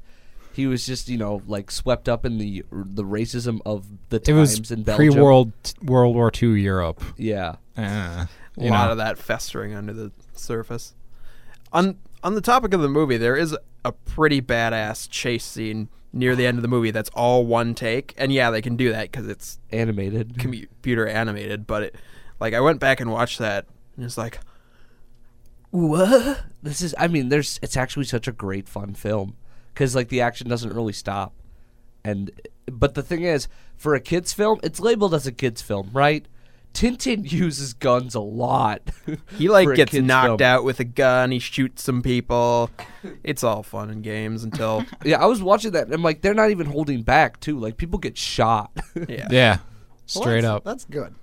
Speaker 1: He was just, you know, like swept up in the the racism of the
Speaker 3: It
Speaker 1: times
Speaker 3: was
Speaker 1: in Belgium.
Speaker 3: pre World World War II Europe.
Speaker 1: [laughs] Yeah.
Speaker 3: Eh,
Speaker 2: a
Speaker 3: you
Speaker 2: lot
Speaker 3: know.
Speaker 2: of that festering under the surface. On on the topic of the movie, there is a pretty badass chase scene near the end of the movie that's all one take, and yeah, they can do that because it's
Speaker 1: Animated.
Speaker 2: computer animated. But it, like, I went back and watched that, and it's like,
Speaker 1: What? This is. I mean, there's. It's actually such a great fun film because like the action doesn't really stop, and but the thing is, for a kids film, it's labeled as a kids film, right? Tintin [laughs] uses guns a lot.
Speaker 2: He
Speaker 1: for
Speaker 2: like
Speaker 1: a
Speaker 2: gets
Speaker 1: kid's
Speaker 2: knocked
Speaker 1: film.
Speaker 2: out with a gun. He shoots some people. It's all fun and games
Speaker 3: [laughs]
Speaker 2: until
Speaker 1: Yeah, I was watching that. And I'm like, they're not even holding back too. Like people get shot.
Speaker 2: [laughs] yeah.
Speaker 3: Yeah,
Speaker 4: Well,
Speaker 3: straight
Speaker 4: that's-
Speaker 3: up.
Speaker 4: That's good.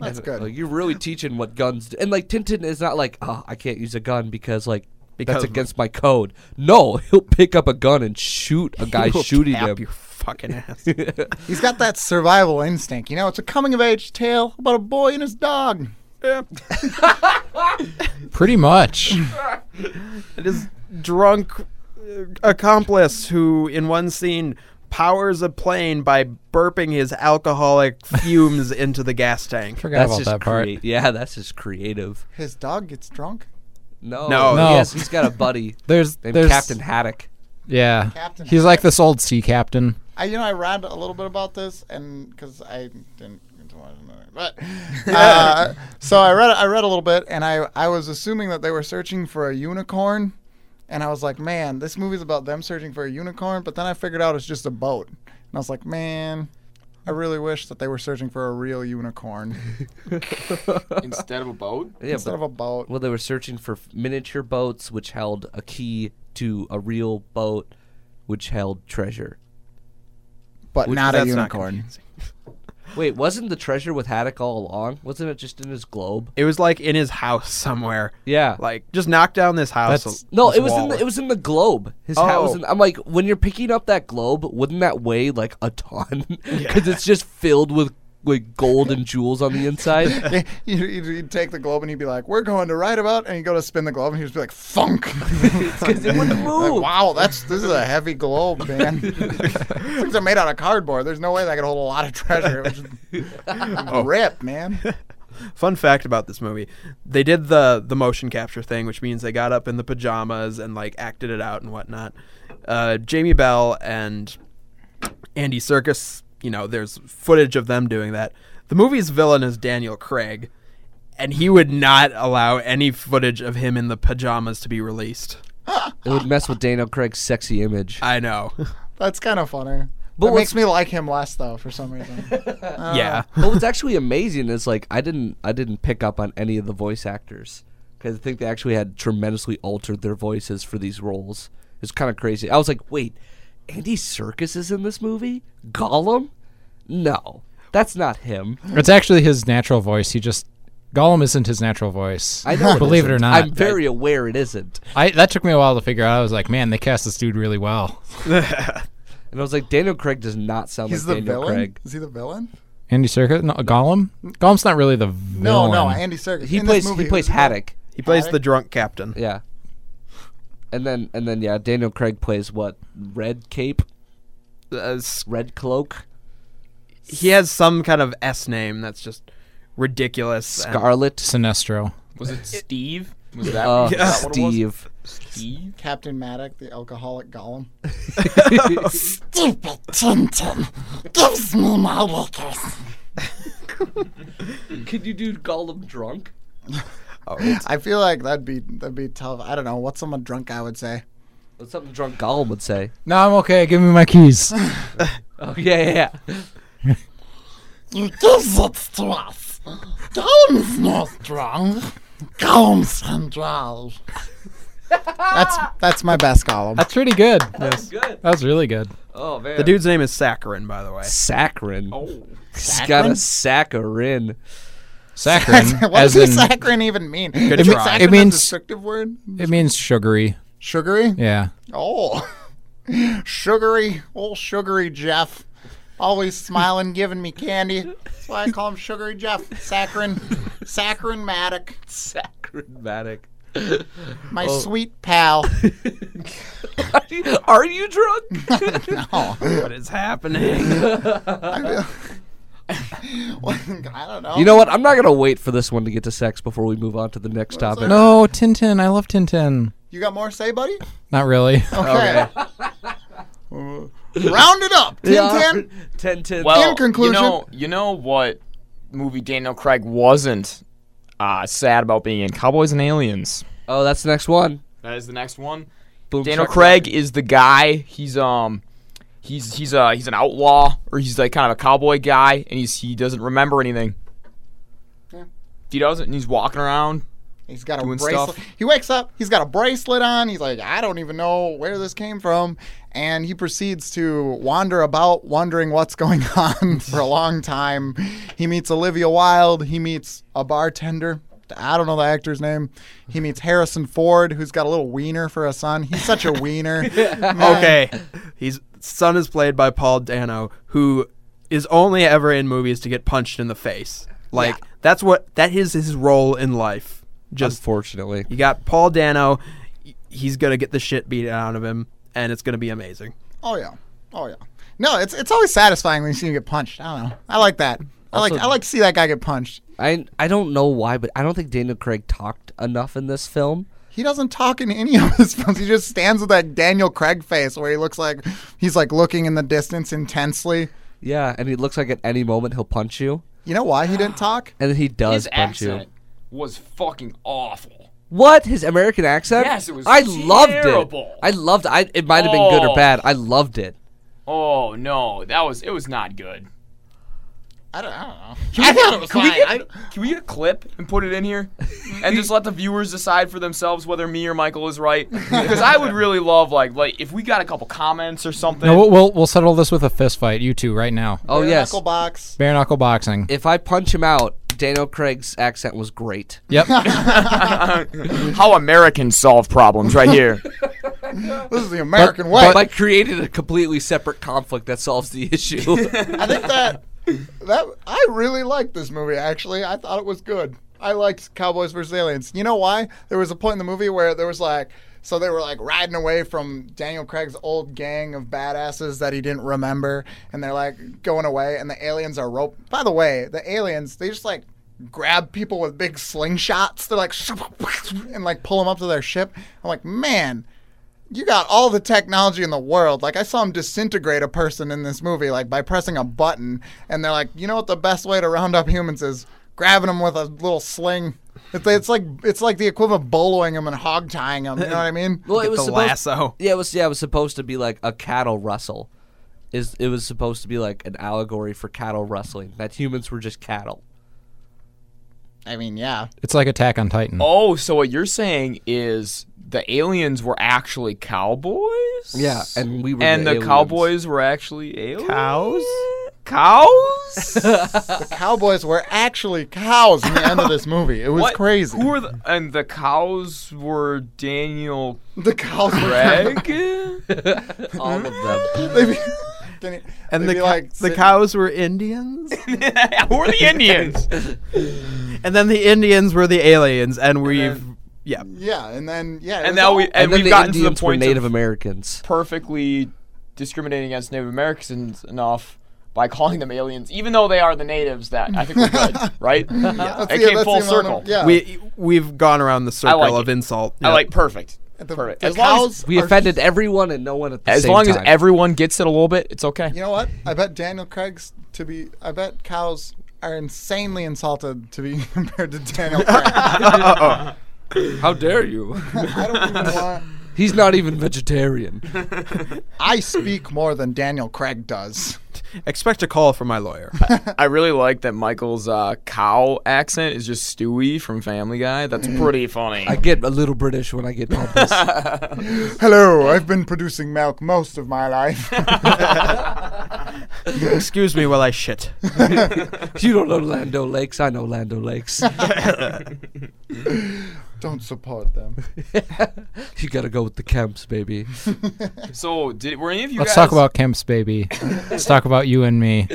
Speaker 4: That's good.
Speaker 1: like you're really teaching what guns do. And like Tintin is not like, oh, I can't use a gun because like.
Speaker 2: Because-
Speaker 1: That's against my code. No, [laughs] he'll pick up a gun and shoot a guy
Speaker 2: [laughs] He'll
Speaker 1: shooting
Speaker 2: tap
Speaker 1: him.
Speaker 3: [laughs]
Speaker 2: your fucking ass.
Speaker 4: He's got that survival instinct. You know, it's a coming of age tale about a boy and his dog.
Speaker 2: yeah.
Speaker 3: Pretty
Speaker 4: [laughs]
Speaker 3: much.
Speaker 2: It is drunk uh, accomplice who, in one scene, powers a plane by burping
Speaker 1: [laughs]
Speaker 2: his alcoholic fumes into the gas tank.
Speaker 3: Forgot
Speaker 1: That's
Speaker 3: about
Speaker 1: just
Speaker 3: that part.
Speaker 1: crea- yeah, that's just creative.
Speaker 4: His dog gets drunk.
Speaker 1: No,
Speaker 2: No.
Speaker 1: He
Speaker 3: No.
Speaker 1: has, he's got a
Speaker 3: [laughs]
Speaker 1: buddy
Speaker 3: There's
Speaker 1: named
Speaker 3: there's
Speaker 1: Captain Haddock.
Speaker 3: Yeah,
Speaker 4: Captain
Speaker 3: he's like this old sea captain.
Speaker 4: I, you know, I read a little bit about this, and because I didn't, but uh, so I read, I read a little bit, and I, I was assuming that they were searching for a unicorn, and I was like, man, this movie's about them searching for a unicorn, but then I figured out it's just a boat, and I was like, man, I really wish that they were searching for a real unicorn
Speaker 5: Instead of a boat?
Speaker 1: Yeah,
Speaker 4: [laughs] instead of a boat.
Speaker 1: well, they were searching for f- miniature boats, which held a key to a real boat, which held treasure.
Speaker 4: but not a
Speaker 2: That's
Speaker 4: unicorn.
Speaker 2: confusing.
Speaker 1: Wait, wasn't the treasure with Haddock all along? Wasn't it just in his globe?
Speaker 2: It was like in his house somewhere.
Speaker 1: Yeah.
Speaker 2: Like just knock down this house.
Speaker 3: That's-
Speaker 1: no,
Speaker 2: this
Speaker 1: it was in
Speaker 2: wall.
Speaker 1: the, it was in the globe. His hat was
Speaker 2: Oh.
Speaker 1: in. I'm like, when you're picking up that globe, wouldn't that weigh like a ton? [laughs] Because it's just filled with like gold and jewels on the
Speaker 4: [laughs]
Speaker 1: inside.
Speaker 4: you, you'd, you'd take the globe and he'd be like, "We're going to write about," and you go to spin the globe and he'd just be like,
Speaker 1: [laughs]
Speaker 4: "Funk." Because
Speaker 1: it
Speaker 4: [laughs]
Speaker 1: wouldn't move.
Speaker 4: wow, that's this is a heavy globe, man. Things are made out of cardboard. There's no way that could hold a lot of treasure. It would just rip, man.
Speaker 2: Fun fact about this movie: they did the the motion capture thing, which means they got up in the pajamas and like acted it out and whatnot. Uh, Jamie Bell and Andy Circus, you know, there's footage of them doing that. The movie's villain is Daniel Craig, and he would not allow any footage of him in the pajamas to be released.
Speaker 1: it would mess with Daniel Craig's sexy image.
Speaker 2: I know. [laughs]
Speaker 4: That's kind of funny.
Speaker 1: But
Speaker 4: But that
Speaker 1: what's-
Speaker 4: makes me like him less though for
Speaker 1: [laughs]
Speaker 4: some reason.
Speaker 2: yeah.
Speaker 1: but
Speaker 3: [laughs]
Speaker 1: what's actually amazing is like I didn't I didn't pick up on any of the voice actors because I think they actually had tremendously altered their voices for these roles. It's kind of crazy. I was like, wait, Andy Circus is in this movie? Gollum? No, that's not him.
Speaker 3: It's actually his natural voice. He just Gollum isn't his natural voice.
Speaker 1: I
Speaker 3: [laughs]
Speaker 1: know.
Speaker 3: Believe it
Speaker 1: isn't.
Speaker 3: or not,
Speaker 1: I'm very aware it isn't.
Speaker 3: I that took me a while to figure out. I was like, man, they cast this dude really well.
Speaker 1: And I was like, Daniel Craig does not sound
Speaker 4: He's the
Speaker 1: like Daniel
Speaker 4: villain.
Speaker 1: Craig.
Speaker 4: Is he the villain?
Speaker 3: Andy Serkis, no, Gollum. Gollum's not really the
Speaker 4: No,
Speaker 3: villain.
Speaker 4: no, Andy Serkis.
Speaker 1: He
Speaker 4: In this
Speaker 1: plays
Speaker 4: movie,
Speaker 1: he plays
Speaker 4: who's the-
Speaker 1: Haddock.
Speaker 2: He plays the drunk captain.
Speaker 1: Yeah. And then and then yeah, Daniel Craig plays what? Red cape,
Speaker 2: Uh, s-
Speaker 1: red cloak.
Speaker 2: he has some kind of S name that's just ridiculous. and-
Speaker 1: Scarlet
Speaker 3: Sinestro.
Speaker 5: Was it Steve? Was that,
Speaker 1: Uh, [laughs]
Speaker 5: was that what it was?
Speaker 1: Steve.
Speaker 5: Steve?
Speaker 4: Captain Maddock, the alcoholic golem.
Speaker 1: [laughs] That's
Speaker 4: Stupid Tintin gives me my liquors.
Speaker 1: Could you do Gollum drunk?
Speaker 4: I feel like that'd be that'd be tough. I don't know what's someone drunk guy would say.
Speaker 1: That's something drunk Gollum would say.
Speaker 3: No, I'm okay. Give me my keys.
Speaker 1: Oh yeah, yeah, yeah.
Speaker 4: You gives it to us. Gollum's not drunk. Gollum's can drive. that's that's my best Gollum.
Speaker 3: That's pretty good.
Speaker 1: Good.
Speaker 3: That was really good.
Speaker 1: Oh man.
Speaker 2: the dude's name is Saccharin, by the way.
Speaker 1: Saccharin. Oh. He's got a saccharin.
Speaker 3: [laughs] Saccharin,
Speaker 4: [laughs] What
Speaker 3: as
Speaker 4: does
Speaker 3: in,
Speaker 4: saccharin even mean?
Speaker 2: Good
Speaker 4: Is
Speaker 2: try.
Speaker 4: saccharin
Speaker 3: It
Speaker 4: a
Speaker 3: means-
Speaker 4: descriptive word.
Speaker 3: it means sugary.
Speaker 4: Sugary.
Speaker 3: Yeah.
Speaker 4: [laughs] Oh, sugary. Old sugary Jeff. always smiling, giving me candy. That's why I call him Sugary Jeff.
Speaker 3: [laughs]
Speaker 4: Saccharin, saccharin matic,
Speaker 1: Sacromatic.
Speaker 4: my
Speaker 3: Oh.
Speaker 4: sweet pal.
Speaker 1: Are you, [laughs] are you drunk?
Speaker 4: no,
Speaker 2: What is happening?
Speaker 4: I, feel- [laughs] Well, I don't know.
Speaker 1: you know what? I'm not gonna wait for this one to get to sex before we move on to the next topic.
Speaker 3: No, Tintin. I love Tintin.
Speaker 4: You got more to say, buddy?
Speaker 3: Not really.
Speaker 4: Okay. Round it up. Tin Tin.
Speaker 1: Ten ten.
Speaker 5: Well,
Speaker 4: conclusion-
Speaker 5: you know, you know what movie Daniel Craig wasn't uh, sad about being in? Cowboys and Aliens.
Speaker 1: oh, that's the next one.
Speaker 5: That is the next one.
Speaker 1: Boom,
Speaker 5: Daniel
Speaker 1: shakalaka.
Speaker 5: Craig is the guy. He's um, he's he's uh he's an outlaw or he's like kind of a cowboy guy, and he's he doesn't remember anything.
Speaker 4: Yeah.
Speaker 5: He doesn't. And he's walking around.
Speaker 4: He's got a
Speaker 5: Doing
Speaker 4: bracelet.
Speaker 5: stuff.
Speaker 4: He wakes up. He's got a bracelet on. He's like, I don't even know where this came from. And he proceeds to wander about, wondering what's going [laughs] on for a long time. He meets Olivia Wilde. He meets a bartender. I don't know the actor's name. He meets Harrison Ford, who's got a little wiener for a son. He's such a wiener. Man.
Speaker 2: okay. His son is played by Paul Dano, who is only ever in movies to get punched in the face. Like that's what that is his role in life.
Speaker 1: Um,
Speaker 2: Just
Speaker 1: Unfortunately,
Speaker 2: you got Paul Dano. y- He's gonna get the shit beat out of him, and it's gonna be amazing.
Speaker 4: Oh yeah. Oh yeah. No, it's it's always satisfying when you see him get punched. I don't know. I like that. I like
Speaker 1: Also-
Speaker 4: I like to see that guy get punched.
Speaker 1: I I don't know why, but I don't think Daniel Craig talked enough in this film.
Speaker 4: He doesn't talk in any [laughs] of his films. He just stands with that Daniel Craig face where he looks like he's like looking in the distance intensely.
Speaker 1: Yeah, and he looks like at any moment he'll punch you,
Speaker 4: You know why he didn't talk?
Speaker 1: and then he does
Speaker 5: His
Speaker 1: punch you.
Speaker 5: accent was fucking awful.
Speaker 1: What his American accent?
Speaker 5: Yes, it was
Speaker 1: I loved it.
Speaker 5: terrible.
Speaker 1: I loved. I it might have been good or
Speaker 5: Oh.
Speaker 1: bad. I loved it.
Speaker 5: Oh no, that was it was not good.
Speaker 4: I don't, I don't know. [laughs] I thought it was
Speaker 5: Can
Speaker 4: fine.
Speaker 5: we, get,
Speaker 4: I-
Speaker 5: can we get a clip and put it in
Speaker 4: [laughs]
Speaker 5: here, and just let the viewers decide for themselves whether me or Michael is right? Because I would really love like like if we got a couple comments or something.
Speaker 3: [laughs] No, we'll, we'll we'll settle this with a fist fight. You two, right now.
Speaker 1: Oh
Speaker 4: Bare
Speaker 1: yes.
Speaker 4: knuckle box.
Speaker 3: Bare knuckle boxing.
Speaker 1: If I punch him out, Daniel Craig's accent was great.
Speaker 3: Yep.
Speaker 5: How Americans solve problems,
Speaker 4: [laughs]
Speaker 5: right here.
Speaker 4: This is the American way.
Speaker 1: But I created a completely separate conflict that solves the [laughs] issue.
Speaker 4: I think that that I really liked this movie. Actually, I thought it was good. I liked Cowboys vs Aliens. You know why? There was a point in the movie where there was like, so they were like riding away from Daniel Craig's old gang of badasses that he didn't remember, and they're like going away, and the aliens are rope. By the way, the aliens they just like grab people with big slingshots. They're like [laughs] and like pull them up to their ship. I'm like, man, you got all the technology in the world. Like I saw him disintegrate a person in this movie, like by pressing a button, and they're like, you know what the best way to round up humans is grabbing them with a little sling. It's, it's like it's like the equivalent of boloing them and hog tying them. You know what I mean?
Speaker 1: well,
Speaker 2: Get
Speaker 1: it was
Speaker 2: the
Speaker 1: supposed,
Speaker 2: lasso.
Speaker 1: Yeah, it was. Yeah, it was supposed to be like a cattle rustle. Is it was supposed to be like an allegory for cattle rustling that humans were just cattle.
Speaker 4: I mean, yeah.
Speaker 3: it's like Attack on Titan.
Speaker 5: Oh, so what you're saying is the aliens were actually cowboys?
Speaker 1: Yeah, and we were
Speaker 5: and the,
Speaker 1: aliens.
Speaker 5: cowboys were actually aliens? Cows?
Speaker 1: [laughs]
Speaker 5: Cows?
Speaker 4: The cowboys were actually cows in the end of this movie. It was
Speaker 5: What?
Speaker 4: crazy.
Speaker 5: Who were the, and the cows were Daniel
Speaker 4: the cows were
Speaker 1: [laughs]
Speaker 5: [laughs] Craig?
Speaker 1: all
Speaker 5: [laughs]
Speaker 1: of them.
Speaker 4: They'd be- they'd be-
Speaker 2: And the
Speaker 4: they'd be
Speaker 2: co-
Speaker 4: like
Speaker 2: the
Speaker 4: sitting-
Speaker 2: cows were Indians,
Speaker 5: Who are the Indians?
Speaker 2: and then the Indians were the aliens, and we've yeah.
Speaker 4: Yeah, and then yeah, it
Speaker 5: And
Speaker 4: was
Speaker 5: now
Speaker 4: all-
Speaker 5: we
Speaker 1: And,
Speaker 5: and,
Speaker 1: then
Speaker 5: we've
Speaker 1: the
Speaker 5: gotten
Speaker 1: Indians
Speaker 5: to the point
Speaker 1: were Native
Speaker 5: of
Speaker 1: Americans.
Speaker 5: perfectly discriminating against Native Americans enough by calling them aliens, even though they are the natives that I think we're good,
Speaker 4: [laughs]
Speaker 5: right?
Speaker 4: That's
Speaker 5: It
Speaker 4: the-
Speaker 5: came
Speaker 4: that's the
Speaker 5: full
Speaker 4: amount
Speaker 5: circle.
Speaker 4: of- yeah,
Speaker 2: We we've gone around the circle
Speaker 5: like
Speaker 2: of
Speaker 5: it.
Speaker 2: insult.
Speaker 5: I
Speaker 2: Yeah. [laughs]
Speaker 5: like perfect.
Speaker 4: the,
Speaker 5: perfect.
Speaker 4: the
Speaker 5: As long as
Speaker 4: cows
Speaker 1: We
Speaker 4: are-
Speaker 1: offended everyone and no one at the
Speaker 5: As
Speaker 1: same
Speaker 5: long as
Speaker 1: time.
Speaker 5: everyone gets it a little bit, it's okay.
Speaker 4: You know what? I bet Daniel Craig's to be. I bet cows are insanely insulted to be [laughs] compared to Daniel Craig. [laughs] I
Speaker 1: How dare
Speaker 5: [laughs]
Speaker 1: you?
Speaker 4: don't even want.
Speaker 1: He's not even vegetarian.
Speaker 4: I speak more than Daniel Craig does. [laughs]
Speaker 2: Expect a call from my [laughs] lawyer.
Speaker 5: I really like that Michael's uh, cow accent is just Stewie from Family Guy. That's pretty funny.
Speaker 1: I get a little British when I get called this. [laughs]
Speaker 4: Hello, I've been producing milk most of my [laughs] life.
Speaker 2: Excuse me while I shit.
Speaker 1: you don't know Lando Lakes. I know Lando Lakes.
Speaker 4: Don't support them.
Speaker 1: you gotta go with the Kemps, baby.
Speaker 5: So, did were any of you
Speaker 3: Let's
Speaker 5: guys
Speaker 3: talk about Kemp's baby. Let's talk about you and me.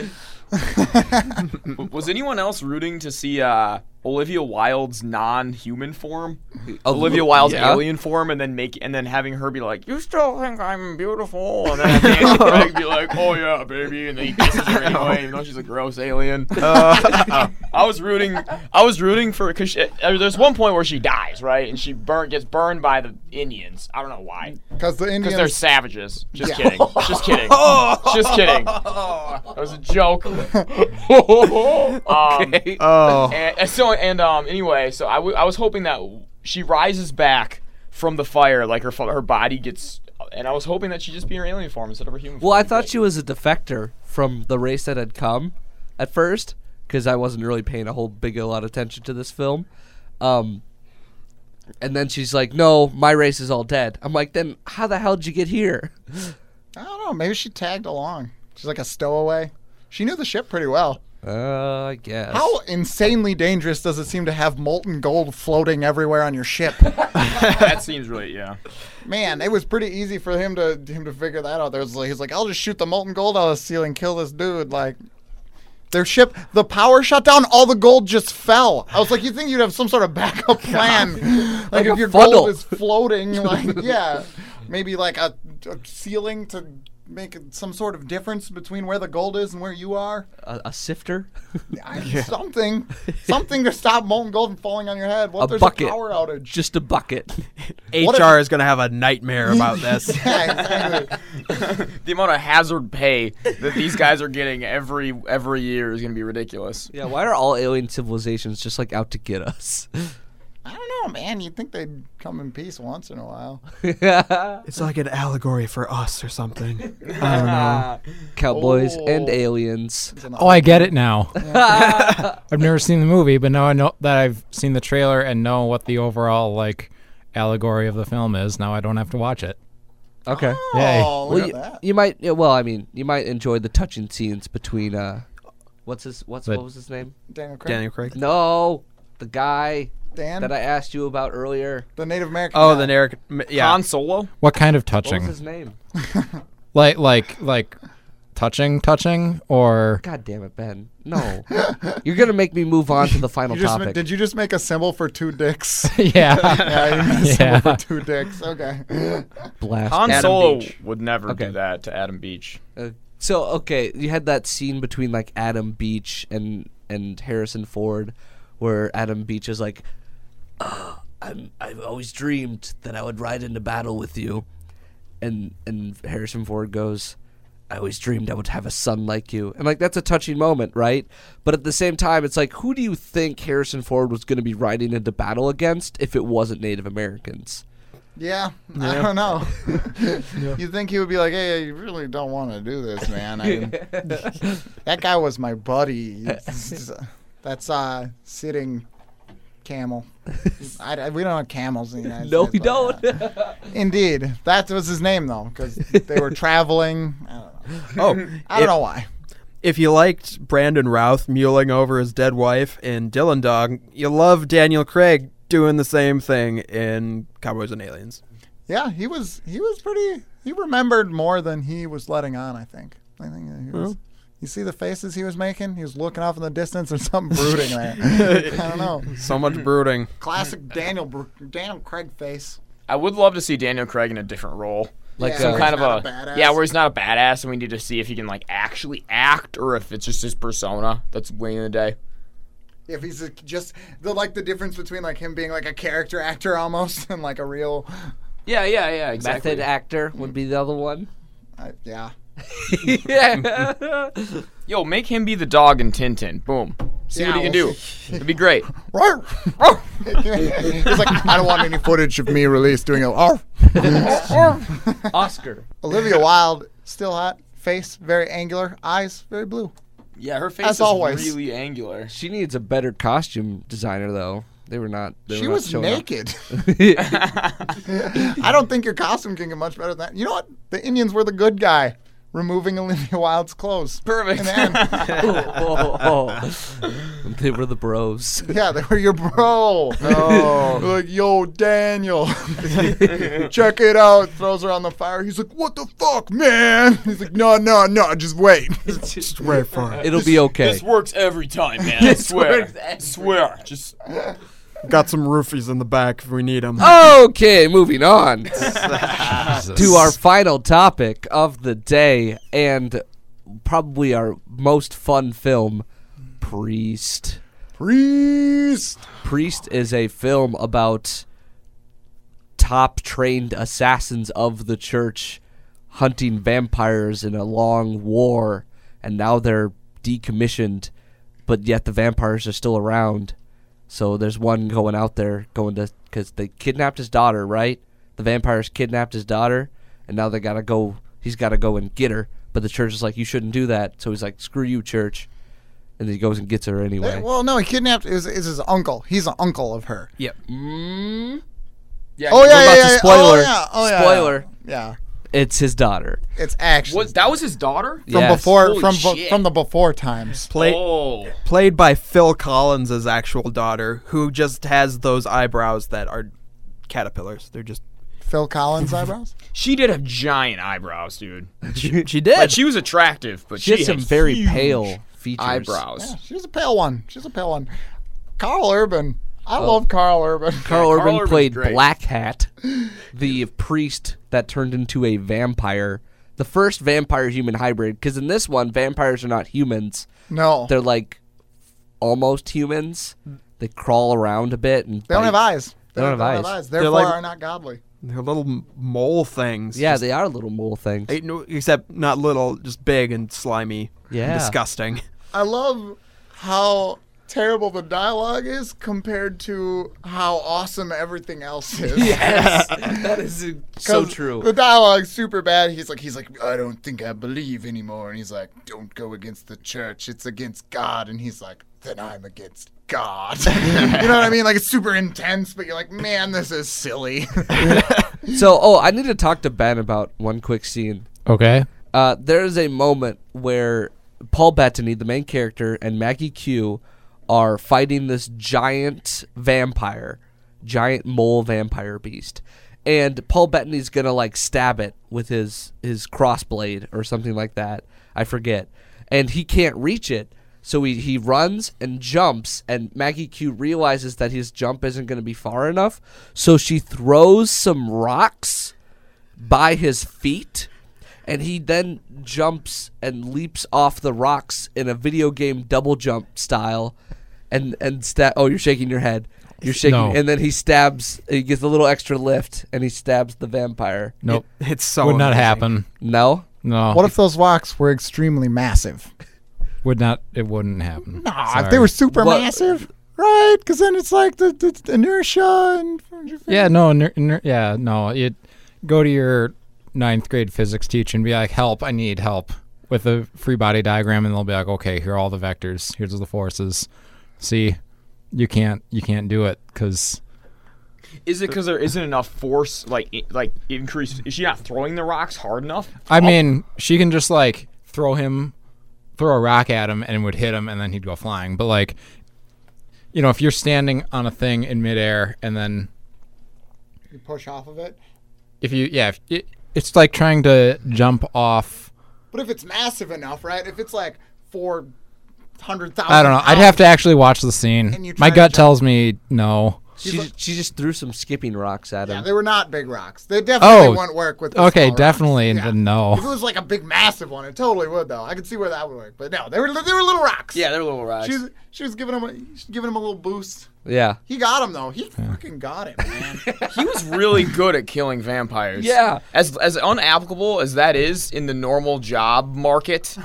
Speaker 5: w- was anyone else rooting to see uh, Olivia Wilde's non-human form? Olivia Wilde's
Speaker 1: yeah.
Speaker 5: alien form and then make and then having her be like, "You still think I'm beautiful?" and then at the end, [laughs] Greg be like, "Oh yeah, baby," and then he kisses her anyway, even though she's a gross alien. [laughs] Uh, I was rooting, I was rooting for because there's one point where she dies, right, and she burn gets burned by the Indians. I don't know why.
Speaker 4: Because the
Speaker 5: Because they're
Speaker 4: Indians.
Speaker 5: savages. Just
Speaker 4: Yeah.
Speaker 5: kidding. Just kidding. Just kidding. That was a joke. [laughs] Um,
Speaker 2: Oh.
Speaker 5: and, and so and um anyway, so I wa- I was hoping that she rises back from the fire, like her fu- her body gets, and I was hoping that she'd just be in her alien form instead of her human.
Speaker 1: Well,
Speaker 5: form.
Speaker 1: I thought she was a defector from the race that had come at first, because I wasn't really paying a whole big a lot of attention to this film. Um, and then she's like, "No, my race is all dead." I'm like, "Then how the hell did you get here?"
Speaker 4: I don't know. Maybe she tagged along. She's like a stowaway. She knew the ship pretty well.
Speaker 1: Uh, I guess.
Speaker 4: How insanely dangerous does it seem to have molten gold floating everywhere on your [laughs] ship?
Speaker 5: that seems really yeah.
Speaker 4: Man, it was pretty easy for him to him to figure that out. There was like, he's like, I'll just shoot the molten gold out of the ceiling, kill this dude. Like, their ship, the power shut down, all the gold just fell. I was like, you think you'd have some sort of backup
Speaker 1: [laughs]
Speaker 4: plan? like, if your
Speaker 1: funnel.
Speaker 4: gold
Speaker 1: [laughs]
Speaker 4: is floating, like, yeah, maybe like a, a ceiling to make some sort of difference between where the gold is and where you are.
Speaker 1: A, a sifter? [laughs]
Speaker 4: I- Something, something to stop molten gold from falling on your head. What if
Speaker 1: A
Speaker 4: there's
Speaker 1: bucket.
Speaker 4: a power outage? [laughs]
Speaker 1: Just a bucket.
Speaker 4: What
Speaker 2: HR is gonna have a nightmare about this.
Speaker 4: yeah, exactly.
Speaker 5: The amount of hazard pay that these guys are getting every every year is gonna be ridiculous.
Speaker 1: yeah. Why are all alien civilizations just like out to get us? [laughs]
Speaker 4: I don't know, man. You'd think they'd come in peace once in a while.
Speaker 2: [laughs] it's like an allegory for us or something.
Speaker 1: Cowboys and
Speaker 4: Oh.
Speaker 1: aliens.
Speaker 3: Oh, I get it now. [laughs] I've never seen the movie, but now I know that I've seen the trailer and know what the overall like allegory of the film is. Now I don't have to watch it.
Speaker 1: Okay.
Speaker 3: Yay.
Speaker 4: Oh,
Speaker 1: Well,
Speaker 4: look
Speaker 1: you,
Speaker 4: at that.
Speaker 1: you might. yeah, Well, I mean, you might enjoy the touching scenes between. uh What's his? What's
Speaker 3: But-
Speaker 1: what was his name?
Speaker 4: Daniel Craig.
Speaker 2: Daniel Craig.
Speaker 1: No, the guy
Speaker 4: Dan,
Speaker 1: that I asked you about earlier.
Speaker 4: the Native American.
Speaker 2: Oh,
Speaker 4: guy.
Speaker 2: the Eric. Yeah.
Speaker 5: Han Solo.
Speaker 3: What kind of
Speaker 1: What was
Speaker 3: touching?
Speaker 1: his name?
Speaker 3: Like like like touching touching or
Speaker 1: God damn it, Ben! No, you're gonna make me move on to the final
Speaker 4: You just ma-
Speaker 1: topic.
Speaker 4: did you just make a symbol for
Speaker 1: [laughs]
Speaker 4: two dicks?
Speaker 3: [laughs]
Speaker 4: [laughs]
Speaker 3: yeah.
Speaker 4: yeah, you made a symbol
Speaker 3: Yeah.
Speaker 4: for two dicks. Okay. [laughs]
Speaker 1: Blast.
Speaker 5: Han
Speaker 1: Adam
Speaker 5: Solo
Speaker 1: Beach.
Speaker 5: would never
Speaker 1: Okay.
Speaker 5: do that to Adam Beach.
Speaker 1: Uh, so okay, you had that scene between like Adam Beach and and Harrison Ford, where Adam Beach is like, "Ah, "I'm I've always dreamed that I would ride into battle with you," and and Harrison Ford goes. I always dreamed I would have a son like you. And like that's a touching moment, right? But at the same time, it's like who do you think Harrison Ford was going to be riding into battle against if it wasn't Native Americans?
Speaker 4: Yeah, I
Speaker 1: [laughs]
Speaker 4: don't know. You'd think he would be like, "Hey, you really don't want to do this, man." I
Speaker 1: [laughs]
Speaker 4: that guy was my buddy. That's uh, sitting
Speaker 1: [laughs]
Speaker 4: camel. I, I- we don't have camels in the United
Speaker 1: No,
Speaker 4: States.
Speaker 1: we
Speaker 4: but,
Speaker 1: don't. [laughs]
Speaker 4: uh, Indeed, that was his name though, because they were traveling. I don't know.
Speaker 2: [laughs] Oh,
Speaker 4: I don't know why.
Speaker 2: if you liked Brandon Routh mewling over his dead wife in Dylan Dog, you love Daniel Craig doing the same thing in Cowboys and Aliens.
Speaker 4: Yeah, he was he was pretty. He remembered more than he was letting on. I think. I think that he was. You see the faces he was making? He was looking off in the distance and [laughs] something brooding there. I don't know.
Speaker 2: So much [laughs] brooding.
Speaker 4: Classic Daniel Br- Daniel Craig face.
Speaker 5: I would love to see Daniel Craig in a different role.
Speaker 1: Like
Speaker 4: Yeah,
Speaker 1: uh,
Speaker 5: some kind of
Speaker 4: not
Speaker 5: a,
Speaker 4: a badass.
Speaker 5: yeah, where he's not a badass, and we need to see if he can like actually act or if it's just his persona that's winning the day.
Speaker 4: If he's a, just the like the difference between like him being like a character actor almost and like a real,
Speaker 5: Yeah, yeah, yeah,
Speaker 1: method actor would be the other one.
Speaker 4: I uh, yeah.
Speaker 1: yeah.
Speaker 5: Yo, make him be the dog in Tintin. Boom. See what
Speaker 4: Yeah,
Speaker 5: he can
Speaker 4: we'll
Speaker 5: do. It'd be [laughs] great.
Speaker 4: [laughs] Roar! he's like, I don't want any footage of me released doing a. Roar.
Speaker 1: Oscar. [laughs]
Speaker 4: Olivia Wilde still hot, face very angular, eyes very blue.
Speaker 5: Yeah, her face
Speaker 4: As
Speaker 5: is
Speaker 4: always.
Speaker 5: really angular.
Speaker 1: She needs a better costume designer, though. They were not. They
Speaker 4: She
Speaker 1: were not
Speaker 4: was
Speaker 1: showing up. [laughs]
Speaker 4: naked. I don't think your costume can get much better than that. You know what? The Indians were the good guy. removing Olivia Wilde's clothes.
Speaker 5: Perfect.
Speaker 4: In the end.
Speaker 1: [laughs] oh, oh, oh. They were the bros.
Speaker 4: yeah, they were your bro. Oh. [laughs] like,
Speaker 1: [laughs]
Speaker 4: yo, Daniel, check it out. Throws her on the fire. He's like, what the fuck, man? He's like, no, no, no, just wait. [laughs] just wait for it.
Speaker 1: It'll be okay.
Speaker 5: This works every time, man. I swear. I swear. Just
Speaker 2: Got some roofies in the back if we need them.
Speaker 1: Okay, moving on
Speaker 3: Jesus.
Speaker 1: to our final topic of the day and probably our most fun film, Priest.
Speaker 4: Priest.
Speaker 1: Priest is a film about top trained assassins of the church hunting vampires in a long war, and now they're decommissioned, but yet the vampires are still around. So there's one going out there going to because they kidnapped his daughter, right? The vampires kidnapped his daughter, and now they gotta go. He's gotta go and get her, but the church is like, you shouldn't do that. So he's like, screw you, church, and he goes and gets her anyway.
Speaker 4: Well, no, he kidnapped. Is is his uncle? He's an uncle of her.
Speaker 2: Yep.
Speaker 5: yeah.
Speaker 4: Oh yeah,
Speaker 1: We're about
Speaker 4: yeah,
Speaker 1: to
Speaker 4: yeah.
Speaker 1: spoiler.
Speaker 4: Oh, yeah. Oh, yeah.
Speaker 1: Spoiler.
Speaker 4: Yeah,
Speaker 1: It's his daughter.
Speaker 4: it's actually
Speaker 5: What, that was his daughter?
Speaker 4: from
Speaker 1: Yes.
Speaker 4: before
Speaker 5: Holy
Speaker 4: from bu-
Speaker 5: shit.
Speaker 4: from the before times.
Speaker 2: Play,
Speaker 5: Oh.
Speaker 2: Played by Phil Collins' actual daughter, who just has those eyebrows that are caterpillars. They're just.
Speaker 4: Phil
Speaker 1: [laughs]
Speaker 4: Collins eyebrows.
Speaker 5: She did have giant eyebrows, dude.
Speaker 2: She, she did.
Speaker 5: But [laughs] she was attractive, but
Speaker 1: She
Speaker 5: she,
Speaker 1: has some
Speaker 5: had
Speaker 1: very
Speaker 5: huge
Speaker 1: pale features.
Speaker 5: eyebrows.
Speaker 4: Yeah, she's a pale one. She's a pale one. Carl Urban. I love Carl Urban.
Speaker 1: Oh. [laughs] Carl Urban
Speaker 5: Urban's
Speaker 1: played
Speaker 5: great.
Speaker 1: Black Hat, the priest that turned into a vampire, the first vampire human hybrid. Because in this one, vampires are not humans;
Speaker 4: No,
Speaker 1: they're like almost humans. They crawl around a bit and
Speaker 4: they don't have
Speaker 1: bite.
Speaker 4: eyes.
Speaker 1: They don't have eyes.
Speaker 4: Therefore,
Speaker 2: like-
Speaker 4: are not godly.
Speaker 2: They're little m- mole things.
Speaker 1: Yeah,
Speaker 2: just-
Speaker 1: they are little mole things.
Speaker 2: eh, no, except not little, just big and slimy. and
Speaker 1: Yeah.
Speaker 2: disgusting. [laughs]
Speaker 4: I love how terrible the dialogue is compared to how awesome
Speaker 1: [laughs]
Speaker 4: everything else is.
Speaker 1: Yes, that is uh, so
Speaker 4: 'Cause
Speaker 1: true.
Speaker 4: The dialogue's super bad. He's like, he's like, I don't think I believe anymore. And he's like, don't go against the church. It's against God. And he's like, then I'm against God. [laughs] you know what I mean? Like it's super intense, but you're like, man, this is silly. [laughs]
Speaker 1: So, oh, I need to talk to Ben about one quick scene.
Speaker 3: Okay.
Speaker 1: uh, there is a moment where Paul Bettany, the main character, and Maggie Q are fighting this giant vampire, giant mole vampire beast. And Paul Bettany's gonna like stab it with his his crossblade or something like that. I forget. And he can't reach it, so he, he runs and jumps, and Maggie Q realizes that his jump isn't gonna be far enough, so she throws some rocks by his feet and he then jumps and leaps off the rocks in a video game double jump style and and sta- oh you're shaking your head you're shaking
Speaker 3: No.
Speaker 1: and then he stabs he gets a little extra lift and he stabs the vampire
Speaker 3: Nope.
Speaker 2: It's so.
Speaker 3: Would not
Speaker 2: amazing.
Speaker 3: happen.
Speaker 1: no
Speaker 3: No.
Speaker 4: if those rocks were extremely massive?
Speaker 3: Would not. It wouldn't happen.
Speaker 4: Nah, if
Speaker 3: Sorry.
Speaker 4: they were super
Speaker 1: What-
Speaker 4: massive, right? Because then it's like the, the, the inertia and
Speaker 3: Yeah. No. Ner- ner- yeah. No. It. Go to your ninth grade physics teacher and be like, "Help! I need help." With a free body diagram, and they'll be like, "Okay, here are all the vectors. Here's the forces. See, you can't. You can't do it because."
Speaker 5: Is it because there isn't enough force, like i- like increase? Is she not throwing the rocks hard enough?
Speaker 3: I mean, she can just like throw him, throw a rock at him, and it would hit him, and then he'd go flying. But like, you know, if you're standing on a thing in midair, and then
Speaker 4: you push off of it.
Speaker 3: if you, yeah, if it, it's like trying to jump off.
Speaker 4: But if it's massive enough, right? If it's like four hundred thousand,
Speaker 3: I don't know. I'd have to actually watch the
Speaker 4: And you
Speaker 3: scene.
Speaker 4: try
Speaker 3: My
Speaker 4: to
Speaker 3: gut
Speaker 4: jump-
Speaker 3: tells me no.
Speaker 1: she she just threw some skipping rocks at
Speaker 4: Yeah,
Speaker 1: him
Speaker 4: they were not big rocks. They definitely
Speaker 3: Oh,
Speaker 4: wouldn't work with. the small
Speaker 3: Okay,
Speaker 4: rocks.
Speaker 3: definitely
Speaker 4: Yeah.
Speaker 3: then
Speaker 4: If it
Speaker 3: no.
Speaker 4: was like a big, massive one, it totally would though. I could see where that would work. But no, they were they were little rocks.
Speaker 5: they're little rocks.
Speaker 4: she was she was giving him a she's giving him a little boost.
Speaker 1: yeah
Speaker 4: He got him though. He fucking got it, man.
Speaker 5: he was really good at killing vampires.
Speaker 1: Yeah.
Speaker 5: As as unapplicable as that is in the normal job market,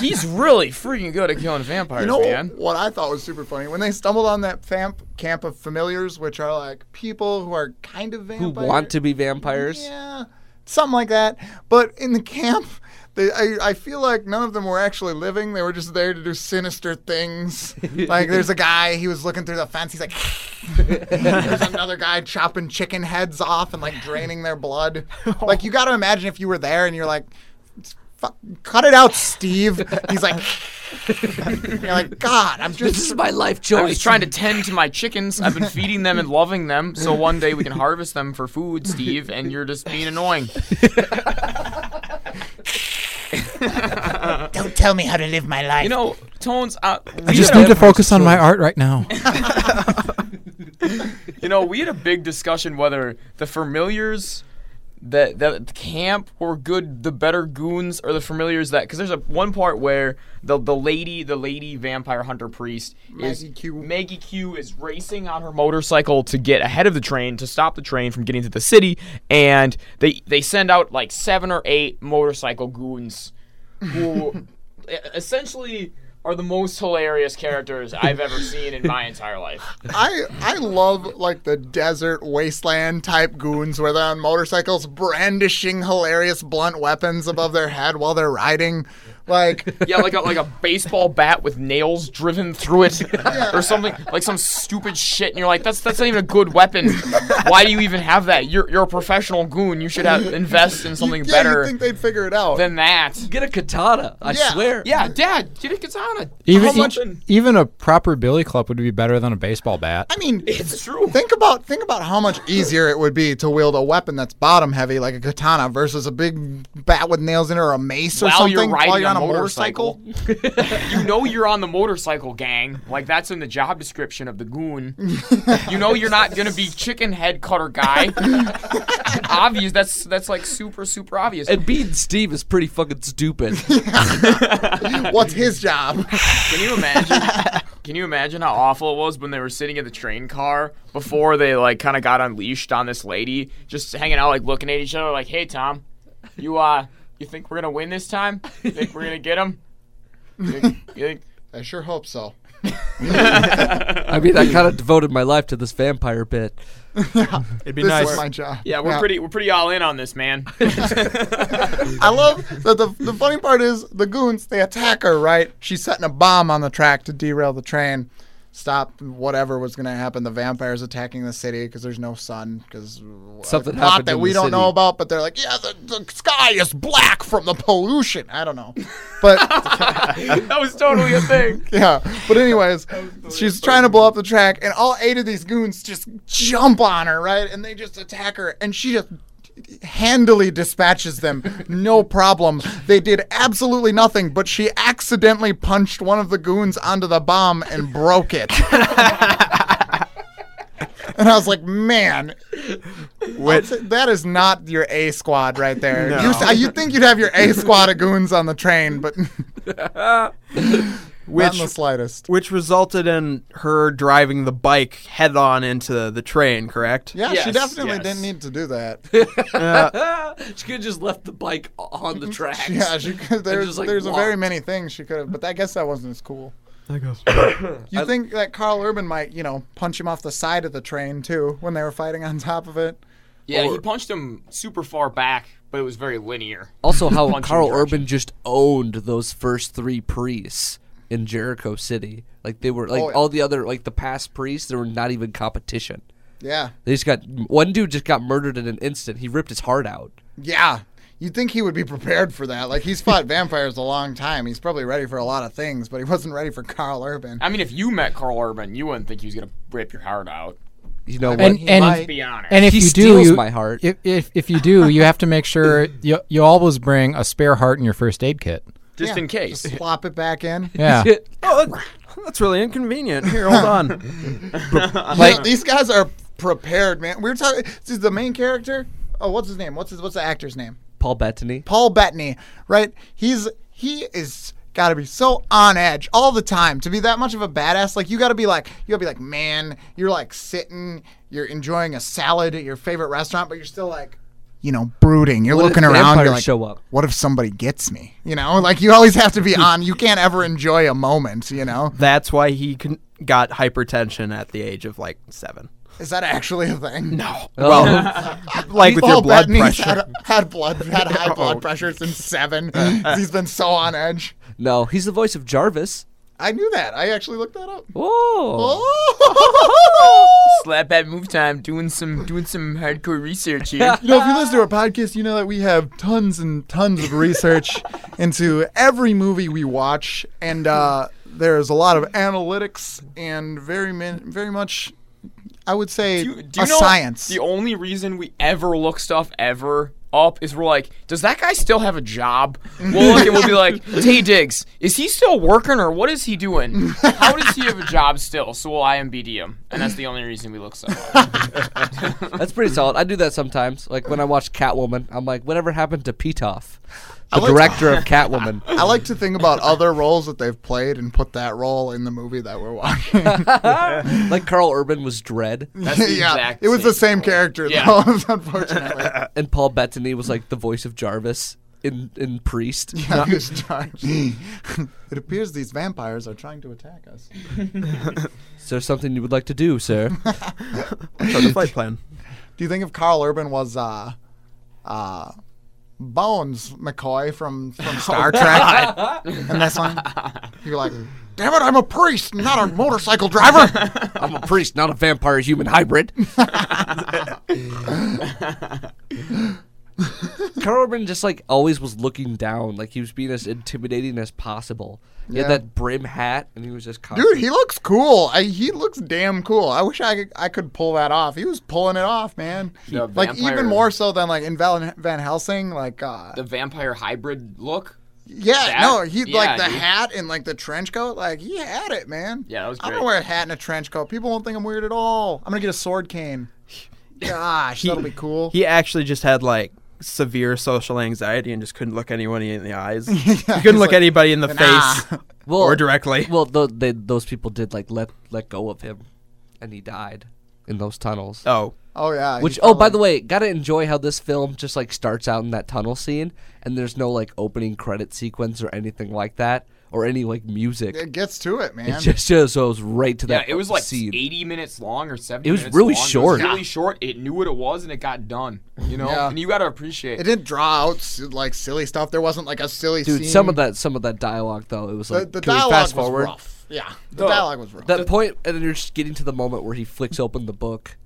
Speaker 5: he's really freaking good at killing
Speaker 4: You
Speaker 5: vampires,
Speaker 4: know
Speaker 5: man.
Speaker 4: what I thought was super funny when they stumbled on that famp, camp of familiars, which are like people who are kind of
Speaker 1: who
Speaker 4: vampires
Speaker 1: want to be vampires
Speaker 4: Yeah, something like that. But in the camp, they, I, I feel like none of them were actually living. They were just there to do sinister
Speaker 5: [laughs]
Speaker 4: things. like there's a guy, he was looking through the fence. He's like, [laughs] there's another guy chopping chicken heads off and like draining their blood. Like you got to imagine if you were there and you're like. fuck, cut it out, Steve. He's like, [laughs] you're like, God, I'm
Speaker 1: This
Speaker 4: just
Speaker 1: is my life
Speaker 5: I
Speaker 1: choice.
Speaker 5: was trying to tend to my chickens. I've been feeding them and loving them, so one day we can harvest them for food, Steve. And you're just being annoying.
Speaker 4: don't tell me how to live my life.
Speaker 5: You know, tones. Uh,
Speaker 3: I just need to focus on my art right now.
Speaker 5: You know, we had a big discussion whether the familiars that that at the camp were good, the better goons, or the familiars that because there's a one part where the the lady, the lady vampire hunter priest is
Speaker 4: Maggie Q.
Speaker 5: Maggie Q is racing on her motorcycle to get ahead of the train to stop the train from getting to the city, and they they send out like seven or eight motorcycle goons
Speaker 4: [laughs]
Speaker 5: who e-, essentially are the most hilarious characters I've ever seen in my entire life.
Speaker 4: I I love like the desert wasteland type goons where they're on motorcycles brandishing hilarious blunt weapons above their head while they're riding.
Speaker 5: [laughs]
Speaker 4: Like
Speaker 5: Yeah, like a, like a baseball bat with nails driven through it, or something like some stupid shit. And you're like, that's that's not even a good weapon. Why do you even have that? You're you're a professional goon. You should have invest in something
Speaker 4: yeah,
Speaker 5: better
Speaker 4: you think they'd figure it out.
Speaker 5: than that.
Speaker 1: get a katana. I
Speaker 4: Yeah.
Speaker 1: swear.
Speaker 5: Yeah, Dad, get a katana.
Speaker 3: Even
Speaker 5: How much?
Speaker 3: e- even a proper billy club would be better than a baseball bat.
Speaker 4: I mean,
Speaker 5: It's true.
Speaker 4: think about think about how much easier it would be to wield a weapon that's bottom heavy like a katana versus a big bat with nails in it or a mace or
Speaker 5: While
Speaker 4: something
Speaker 5: you're
Speaker 4: while
Speaker 5: riding
Speaker 4: you're on
Speaker 5: a
Speaker 4: a
Speaker 5: motorcycle.
Speaker 4: motorcycle.
Speaker 5: You know you're on the motorcycle gang. Like that's in the job description of the goon. You know you're not gonna be chicken head
Speaker 4: [laughs]
Speaker 5: cutter guy. obvious. That's that's like super super obvious.
Speaker 1: And beating Steve is pretty fucking stupid.
Speaker 4: What's his job? [laughs]
Speaker 5: Can you [laughs] imagine? can you imagine how awful it was when they were sitting in the train car before they like kind of got unleashed on this lady, just hanging out, like looking at each other, like, "Hey, Tom, you uh, you think we're gonna win this time? You think we're gonna get him? You think, you think-
Speaker 4: I sure hope so.
Speaker 1: I mean, I kind of devoted my life to this vampire bit.
Speaker 2: It'd be
Speaker 4: This
Speaker 2: nice.
Speaker 4: is my job.
Speaker 5: yeah, we're pretty, we're pretty all in on this, man.
Speaker 4: I love that the, the funny part is the goons, they attack her, right? She's setting a bomb on the track to derail the train, stop whatever was going to happen. The vampires attacking the city because there's no sun. Because
Speaker 1: Something
Speaker 4: a
Speaker 1: happened
Speaker 4: lot
Speaker 1: in
Speaker 4: that we
Speaker 1: the
Speaker 4: don't
Speaker 1: city.
Speaker 4: know about, but they're like, yeah, the, the sky is black from the pollution. I don't know.
Speaker 1: [laughs]
Speaker 4: But
Speaker 5: that was totally a thing.
Speaker 4: [laughs] yeah, but anyways, she's trying to blow up the track, and all eight of these goons just jump on her, right? And they just attack her, and she just handily dispatches them, no problem. They did absolutely nothing, but she accidentally punched one of the goons onto the bomb and broke it. And I was like, man,
Speaker 2: Which-
Speaker 4: that is not your A squad right there. You, s- you think you'd have your A squad of goons on the train, but [laughs] not in the slightest.
Speaker 2: which resulted in her driving the bike head on into the train, correct?
Speaker 4: Yeah, she
Speaker 5: Yes,
Speaker 4: definitely
Speaker 5: yes.
Speaker 4: didn't need to do that.
Speaker 1: [laughs] She could have just left the bike o- on
Speaker 4: [laughs]
Speaker 1: the tracks. [laughs]
Speaker 4: yeah, she could, there's
Speaker 1: just, like,
Speaker 4: there's a very
Speaker 1: walked.
Speaker 4: many things she could have, but I guess that wasn't as cool.
Speaker 2: That goes.
Speaker 4: You think that Carl Urban might, you know, punch him off the side of the train too when they were fighting on top of it?
Speaker 5: Yeah, he punched him super far back, but it was very linear.
Speaker 1: Also, [laughs] how
Speaker 5: Punching
Speaker 1: Carl
Speaker 5: direction.
Speaker 1: Urban just owned those first three priests in Jericho City. Like they were like
Speaker 4: Oh, yeah.
Speaker 1: all the other like the past priests, they were not even competition.
Speaker 4: Yeah,
Speaker 1: They just got one dude just got murdered in an instant. He ripped his heart out.
Speaker 4: yeah. You'd think he would be prepared for that. Like he's fought vampires a long time. He's probably ready for a lot of things, but he wasn't ready for Carl Urban.
Speaker 5: I mean, if you met Carl Urban, you wouldn't think he was gonna rip your heart out.
Speaker 1: You know
Speaker 3: And-
Speaker 1: what?
Speaker 3: and-
Speaker 5: Let's be honest.
Speaker 3: And if
Speaker 1: He
Speaker 3: you do,
Speaker 1: steals
Speaker 3: you,
Speaker 1: my heart.
Speaker 3: If, if if you do, you have to make sure [laughs] you you always bring a spare heart in your first aid kit.
Speaker 5: just
Speaker 4: Yeah,
Speaker 5: in case.
Speaker 4: just plop it back in.
Speaker 3: Yeah,
Speaker 2: [laughs] Oh, that- that's really inconvenient. Here, hold [laughs] on.
Speaker 4: Like these guys are prepared, man. We were talking. This is the main character. Oh, what's his name? What's his, what's the actor's name?
Speaker 1: [laughs] Paul Bettany.
Speaker 4: Paul Bettany, right? He's he is got to be so on edge all the time to be that much of a badass. Like you got to be like you got to be like man, you're like sitting, you're enjoying a salad at your favorite restaurant, but you're still like you know brooding. You're
Speaker 1: What if
Speaker 4: looking around.
Speaker 1: vampires
Speaker 4: You're like,
Speaker 1: show up?
Speaker 4: what if somebody gets me? You know, like you always have to be on. You can't ever enjoy a moment. You know,
Speaker 2: That's why he con- got hypertension at the age of like seven.
Speaker 4: is that actually a thing? No.
Speaker 2: Well,
Speaker 1: Oh.
Speaker 2: [laughs] like with your
Speaker 4: Paul
Speaker 2: blood
Speaker 4: Bettany's
Speaker 2: pressure.
Speaker 4: had, had blood had high blood pressure since seven. he's been so on edge.
Speaker 1: No, he's the voice of Jarvis.
Speaker 4: I knew that. I actually looked that up. Oh.
Speaker 1: Whoa.
Speaker 5: Slap at move time, doing some doing some hardcore
Speaker 1: [laughs]
Speaker 5: research here.
Speaker 4: [laughs] You know, if you listen to our
Speaker 5: Uh.
Speaker 4: podcast, you know that we have tons and tons of
Speaker 5: [laughs]
Speaker 4: research into every movie we watch, and uh, there's a lot of analytics and very, min- very much, I would say,
Speaker 5: do, you- do you
Speaker 4: a
Speaker 5: know
Speaker 4: science.
Speaker 5: The only reason we ever look stuff ever up is we're like, does that guy still have a job? We'll look and we'll
Speaker 1: [laughs]
Speaker 5: be like, hey Diggs, is he still working or what is he doing? How does he
Speaker 1: [laughs]
Speaker 5: have a job still? So we'll IMBD him, and that's the only reason we look stuff up.
Speaker 1: That's pretty solid. I do that sometimes. Like when I watch Catwoman, I'm like, whatever happened to Pitoff, the
Speaker 4: like-
Speaker 1: director
Speaker 4: [laughs]
Speaker 1: of Catwoman?
Speaker 4: I like to think about other roles that they've played and put that role in the movie that we're
Speaker 5: [laughs]
Speaker 4: watching.
Speaker 1: like Carl Urban was Dread,
Speaker 4: [laughs]
Speaker 5: That's the exact
Speaker 4: it was the
Speaker 5: same
Speaker 4: same character,
Speaker 5: Yeah.
Speaker 4: though, [laughs] unfortunately.
Speaker 5: [laughs]
Speaker 1: and Paul Bettany was like the voice of Jarvis in in Priest.
Speaker 4: [laughs] Yeah, he was
Speaker 5: [laughs]
Speaker 4: charged. it appears these vampires are trying to attack us.
Speaker 1: Is there something you would like to do, sir?
Speaker 5: [laughs]
Speaker 2: Start the flight plan.
Speaker 4: Do you think if Carl Urban was uh, uh, Bones McCoy from,
Speaker 5: [laughs]
Speaker 4: from Star Trek and this one, you'd be like, damn it, I'm a priest, not a motorcycle
Speaker 5: [laughs]
Speaker 4: driver.
Speaker 1: I'm a priest, not a vampire human
Speaker 4: [laughs]
Speaker 1: hybrid. Carl Urban just like always was looking down, like he was being as intimidating as possible. He
Speaker 4: Yeah.
Speaker 1: had that brim hat, and he was just
Speaker 4: Dude,
Speaker 1: constantly-
Speaker 4: he looks cool. I, he looks damn cool. I wish I could, I could pull that off. He was pulling it off, man.
Speaker 5: The
Speaker 4: like
Speaker 5: vampire-
Speaker 4: even more so than like in Val- Van Helsing, like uh,
Speaker 5: The vampire hybrid look.
Speaker 4: Yeah,
Speaker 5: That-
Speaker 4: no, he
Speaker 5: yeah,
Speaker 4: like the
Speaker 5: dude.
Speaker 4: hat and like the trench coat. Like he had it, man.
Speaker 5: Yeah, that was
Speaker 4: I'm
Speaker 5: great.
Speaker 4: gonna wear a hat and a trench coat. People won't think I'm weird at all. I'm gonna get a sword
Speaker 5: [laughs]
Speaker 4: cane. Gosh, that'll be cool.
Speaker 2: He actually just had like severe social anxiety and just couldn't look anyone in the
Speaker 5: [laughs]
Speaker 2: eyes. he couldn't look anybody in the
Speaker 4: "Nah."
Speaker 2: face
Speaker 1: well,
Speaker 2: or directly.
Speaker 1: Well, tho- they, those people did like let let go of him, and he died in those tunnels.
Speaker 2: Oh,
Speaker 4: oh yeah.
Speaker 1: Which, oh, by the way, gotta enjoy how this film just like starts out in that tunnel scene, and there's no like opening credit sequence or anything like that, or any like music.
Speaker 4: it gets to it, man.
Speaker 1: It [laughs] just just goes right to
Speaker 5: Yeah,
Speaker 1: that.
Speaker 5: it was like
Speaker 1: scene.
Speaker 5: 80 minutes long or 70
Speaker 1: It was
Speaker 5: minutes
Speaker 1: really
Speaker 5: long.
Speaker 1: short.
Speaker 5: It was really short. It knew what it was and it got done. You know?
Speaker 4: Yeah.
Speaker 5: And you got to appreciate
Speaker 4: it didn't draw out s- like silly stuff. There wasn't like a silly
Speaker 1: Dude,
Speaker 4: scene.
Speaker 1: some of that some of that dialogue though, it was
Speaker 4: The,
Speaker 1: like
Speaker 4: the
Speaker 1: can we
Speaker 4: dialogue
Speaker 1: fast forward.
Speaker 4: was rough. Yeah, the dialogue was rough.
Speaker 1: That point, and then you're just getting to the moment where he flicks open the book,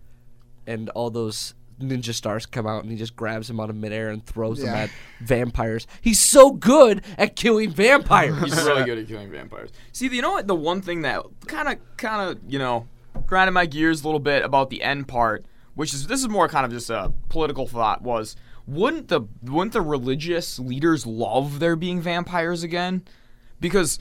Speaker 1: and all those ninja stars come out, and he just grabs them out of midair and throws them
Speaker 4: Yeah.
Speaker 1: at vampires. He's so good at killing [laughs] vampires.
Speaker 5: He's really good at killing vampires. See, you know what? The one thing that kind of, kind of, you know, grinded my gears a little bit about the end part, which is this is more kind of just a political thought, was wouldn't the wouldn't the religious leaders love there being vampires again? Because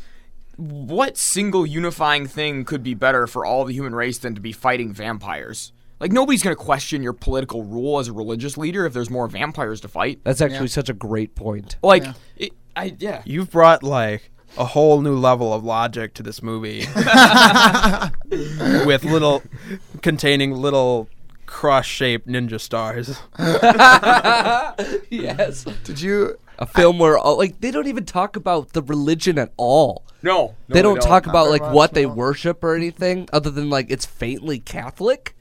Speaker 5: what single unifying thing could be better for all the human race than to be fighting vampires? Like nobody's gonna question your political rule as a religious leader if there's more vampires to fight.
Speaker 1: That's actually such a great point.
Speaker 5: Like, it, I yeah.
Speaker 2: you've brought like a whole new level of logic to this
Speaker 5: [laughs]
Speaker 2: movie with little containing little cross-shaped ninja stars.
Speaker 1: yes.
Speaker 4: Did you?
Speaker 1: A film where all, like they don't even talk about the religion at all.
Speaker 5: No, no
Speaker 1: they don't talk about
Speaker 4: very
Speaker 1: like
Speaker 4: much,
Speaker 1: what they
Speaker 4: no.
Speaker 1: worship or anything other than like it's faintly [laughs] Catholic.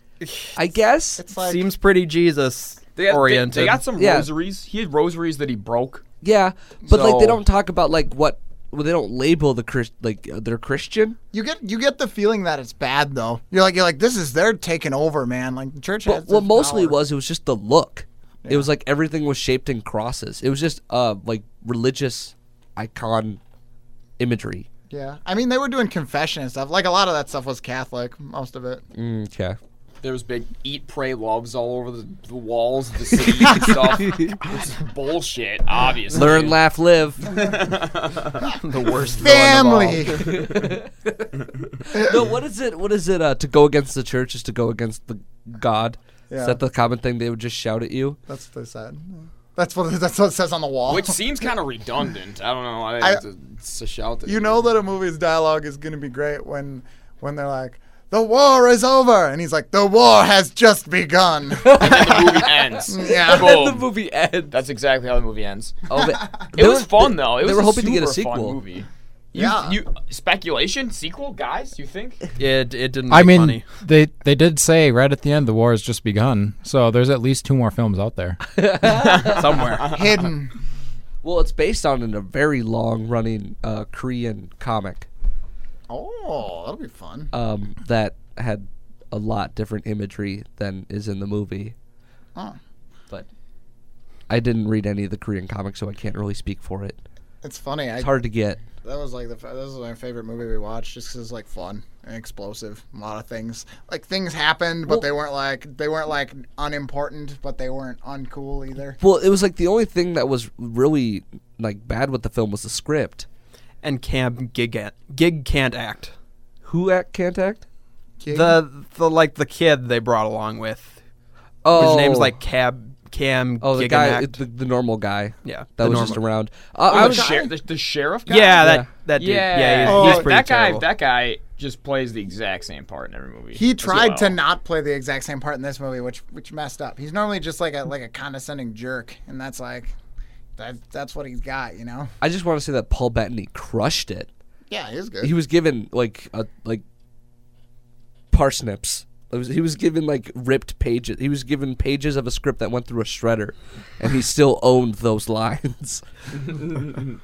Speaker 1: I guess.
Speaker 4: It's like
Speaker 2: Seems pretty Jesus
Speaker 5: They got, they-
Speaker 2: oriented.
Speaker 5: They, got some
Speaker 1: Yeah.
Speaker 5: rosaries. He had rosaries that he broke.
Speaker 1: yeah, but like they
Speaker 5: So-
Speaker 1: don't talk about like what well, they don't label the Chris like uh, they're Christian.
Speaker 4: you get you get the feeling that it's bad though. You're like you're like this is they're taking over, man. Like the church has.
Speaker 1: But what
Speaker 4: this
Speaker 1: mostly
Speaker 4: power.
Speaker 1: was it was just the look. It was like everything was shaped in crosses. It was just uh like religious icon imagery.
Speaker 4: Yeah, I mean they were doing confession and stuff. Like a lot of that stuff was Catholic, most of it.
Speaker 1: Okay.
Speaker 5: There was big eat, pray, loves all over the, the walls of the city
Speaker 1: [laughs]
Speaker 5: and stuff. It's bullshit, obviously.
Speaker 1: Learn, laugh,
Speaker 4: [laughs]
Speaker 1: live.
Speaker 2: the worst
Speaker 4: Family.
Speaker 1: no, what is it? What is it? Uh, to go against the church is to go against the God. Is
Speaker 4: Yeah.
Speaker 1: that the common thing they would just shout at you?
Speaker 4: [laughs] That's what they said. That's what that's what it says on the wall.
Speaker 5: Which seems kind of redundant. I don't know. I,
Speaker 4: I-
Speaker 5: it's, a, it's a shout. That
Speaker 4: you know that a movie's dialogue is gonna be great when when they're like, "The war is over," and he's like, "The war has just begun."
Speaker 1: [laughs]
Speaker 5: and then the movie ends.
Speaker 4: [laughs] Yeah.
Speaker 5: [laughs] Boom.
Speaker 1: the movie
Speaker 4: [laughs]
Speaker 1: ends.
Speaker 5: That's exactly how the movie ends.
Speaker 1: Oh, but
Speaker 5: It
Speaker 1: they
Speaker 5: was
Speaker 1: were-
Speaker 5: fun
Speaker 1: they-
Speaker 5: though. It
Speaker 1: they
Speaker 5: was
Speaker 1: were
Speaker 5: a
Speaker 1: hoping to get a
Speaker 5: super fun
Speaker 1: sequel.
Speaker 5: movie.
Speaker 4: yeah.
Speaker 5: You speculation sequel, guys? You think?
Speaker 2: It it didn't.
Speaker 3: I
Speaker 2: make
Speaker 3: mean,
Speaker 2: money.
Speaker 3: they they did say right at the end the war has just begun, so there's at least two more films out there.
Speaker 2: somewhere.
Speaker 4: Hidden.
Speaker 1: Well, it's based on a very long running uh, Korean comic.
Speaker 4: Oh, that'll be fun.
Speaker 1: um, that had a lot different imagery than is in the movie.
Speaker 4: Oh.
Speaker 1: But I didn't read any of the Korean comics, so I can't really speak for it.
Speaker 4: It's funny. I,
Speaker 1: It's hard to get.
Speaker 4: That was like the that was my favorite movie we watched, just 'cause it's like fun and explosive. A lot of things, like things happened, but
Speaker 1: Well-
Speaker 4: they weren't like they weren't like unimportant, but they weren't uncool either.
Speaker 1: Well, it was like the only thing that was really like bad with the film was the script.
Speaker 2: And Cam Gig Gig can't act.
Speaker 1: Who act can't act?
Speaker 2: The the like the kid they brought along with.
Speaker 1: Oh,
Speaker 2: His name's like Cab Cam
Speaker 1: oh the
Speaker 2: Giganact.
Speaker 1: guy, the, the normal guy.
Speaker 2: yeah,
Speaker 1: that was
Speaker 2: the normal- Oh
Speaker 1: just around. Uh, I
Speaker 5: Oh, the,
Speaker 1: was
Speaker 5: sher- the, the sheriff guy?
Speaker 2: Yeah, that
Speaker 1: Yeah.
Speaker 2: that dude. Yeah, he's,
Speaker 5: Oh,
Speaker 2: he's
Speaker 5: that-
Speaker 2: pretty
Speaker 5: that guy.
Speaker 2: terrible.
Speaker 5: That guy just plays the exact same part in every movie.
Speaker 4: He
Speaker 5: as
Speaker 4: tried to
Speaker 5: well.
Speaker 4: not play the exact same part in this movie, which which messed up. He's normally just like a like a condescending jerk, and that's like that that's what he's got, you know.
Speaker 1: I just want to say that Paul Bettany crushed it.
Speaker 4: Yeah, he's good.
Speaker 1: He was given like a like parsnips. It was, he was given like ripped pages. He was given pages of a script that went through a shredder, and he still owned those [laughs] lines.
Speaker 4: I mean,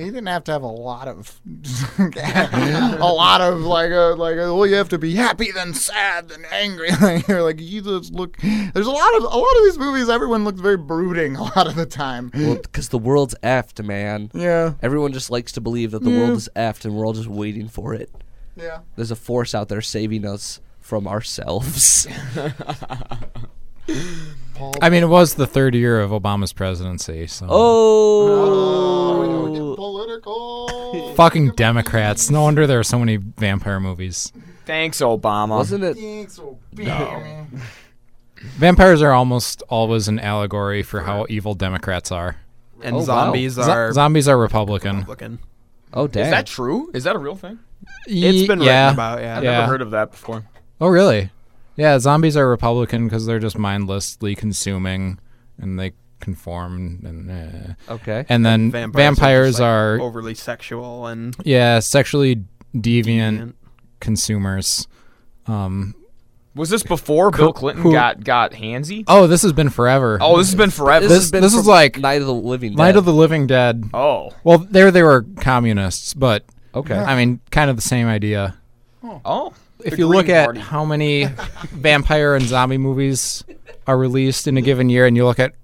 Speaker 4: he didn't have to have a lot of, [laughs] a lot of like, a, like, a, well, you have to be happy, then sad, then angry. [laughs] Like, You're like, you just look. There's a lot of a lot of these movies. Everyone looks very brooding [laughs] a lot of the time.
Speaker 1: well, because the world's effed, man.
Speaker 4: Yeah,
Speaker 1: Everyone just likes to believe that the world is effed, and we're all just waiting for it.
Speaker 4: yeah.
Speaker 1: There's a force out there saving us from
Speaker 5: [laughs]
Speaker 1: ourselves.
Speaker 3: I mean, it was the third year of Obama's presidency, so
Speaker 5: Oh.
Speaker 1: oh.
Speaker 4: Political. [laughs]
Speaker 3: fucking Democrats. No wonder there are so many vampire movies.
Speaker 5: Thanks, Obama.
Speaker 1: Wasn't it
Speaker 4: oh, no.
Speaker 3: Vampires are almost always an allegory for how evil Democrats are.
Speaker 2: And
Speaker 1: Oh, wow.
Speaker 2: zombies
Speaker 3: Zo-
Speaker 2: are
Speaker 3: zombies are Republican.
Speaker 2: looking.
Speaker 1: Oh dang!
Speaker 5: Is that true? Is that a real thing?
Speaker 2: It's been
Speaker 3: yeah.
Speaker 2: written about. Yeah.
Speaker 3: Yeah.
Speaker 5: Never heard of that before.
Speaker 3: Oh, really? Yeah, zombies are Republican because they're just mindlessly consuming and they conform and eh.
Speaker 1: okay.
Speaker 3: and then
Speaker 2: Vampires,
Speaker 3: vampires,
Speaker 2: just, like, oh.
Speaker 3: are,
Speaker 2: overly sexual and
Speaker 3: yeah sexually deviant,
Speaker 2: Deviant.
Speaker 3: consumers. Um,
Speaker 5: Was this before Bill Clinton
Speaker 3: who-
Speaker 5: got got handsy?
Speaker 3: oh, this has been forever.
Speaker 5: Oh, this has been forever.
Speaker 3: This- this is
Speaker 1: from
Speaker 3: like
Speaker 1: Night of the Living.
Speaker 3: Night
Speaker 1: Dead.
Speaker 3: of the Living Dead.
Speaker 5: oh,
Speaker 3: Well, there they were communists, but
Speaker 1: Okay.
Speaker 3: I mean, kind of the same idea.
Speaker 5: oh.
Speaker 3: If
Speaker 5: The
Speaker 3: you look
Speaker 5: Green
Speaker 3: at
Speaker 5: Party.
Speaker 3: how many [laughs] vampire and zombie movies are released in a given year, and you look at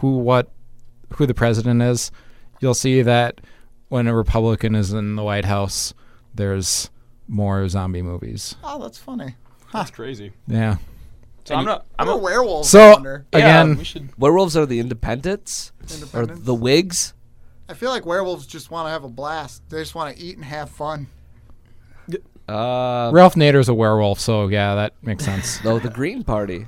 Speaker 3: who what who the president is, you'll see that when a Republican is in the White House, there's more zombie movies.
Speaker 4: Oh, that's funny.
Speaker 5: that's crazy.
Speaker 3: Yeah.
Speaker 5: So I'm not.
Speaker 4: I'm
Speaker 5: I'm
Speaker 4: a
Speaker 5: not.
Speaker 4: werewolf. I
Speaker 3: So
Speaker 4: wonder.
Speaker 5: Yeah,
Speaker 3: again,
Speaker 5: we should.
Speaker 1: Werewolves are the independents, or
Speaker 4: Independents?
Speaker 1: the Whigs.
Speaker 4: I feel like werewolves just want to have a blast. They just want to eat and have fun.
Speaker 1: Uh,
Speaker 3: Ralph Nader's a werewolf, so yeah, that makes sense.
Speaker 1: no,
Speaker 5: [laughs]
Speaker 1: the Green Party.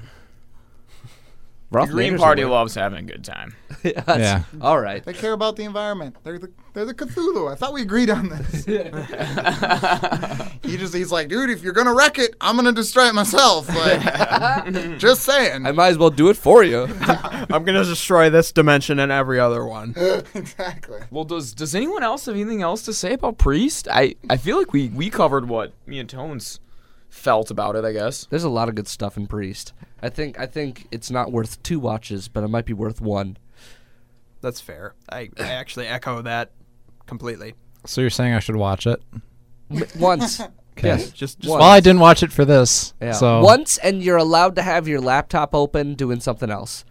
Speaker 1: Ralph
Speaker 5: The Green
Speaker 1: Nader's [laughs]
Speaker 5: Party
Speaker 1: aware.
Speaker 5: loves having a good time.
Speaker 1: That's-
Speaker 3: Yeah.
Speaker 1: All right.
Speaker 4: They care about the environment. They're the, they're the Cthulhu. I thought we agreed on [laughs] this. he just he's like, dude, if you're gonna wreck it, I'm gonna destroy it myself. [laughs] Like, just saying.
Speaker 1: I might as well do it for
Speaker 5: [laughs]
Speaker 1: you.
Speaker 2: [laughs] I'm gonna destroy this dimension and every other one.
Speaker 4: exactly.
Speaker 5: Well, does does anyone else have anything else to say about Priest? I I feel like we we covered what me and Tones felt about it. I guess.
Speaker 1: There's a lot of good stuff in Priest. I think I think it's not worth two watches, but it might be worth one.
Speaker 2: That's fair. I, I actually echo that completely.
Speaker 3: So you're saying I should watch it?
Speaker 1: M-
Speaker 4: [laughs]
Speaker 1: Once. Yes.
Speaker 2: Just, just
Speaker 1: Once.
Speaker 3: Well, I didn't watch it for this.
Speaker 1: Yeah.
Speaker 3: So
Speaker 1: Once, and you're allowed to have your laptop open doing something else.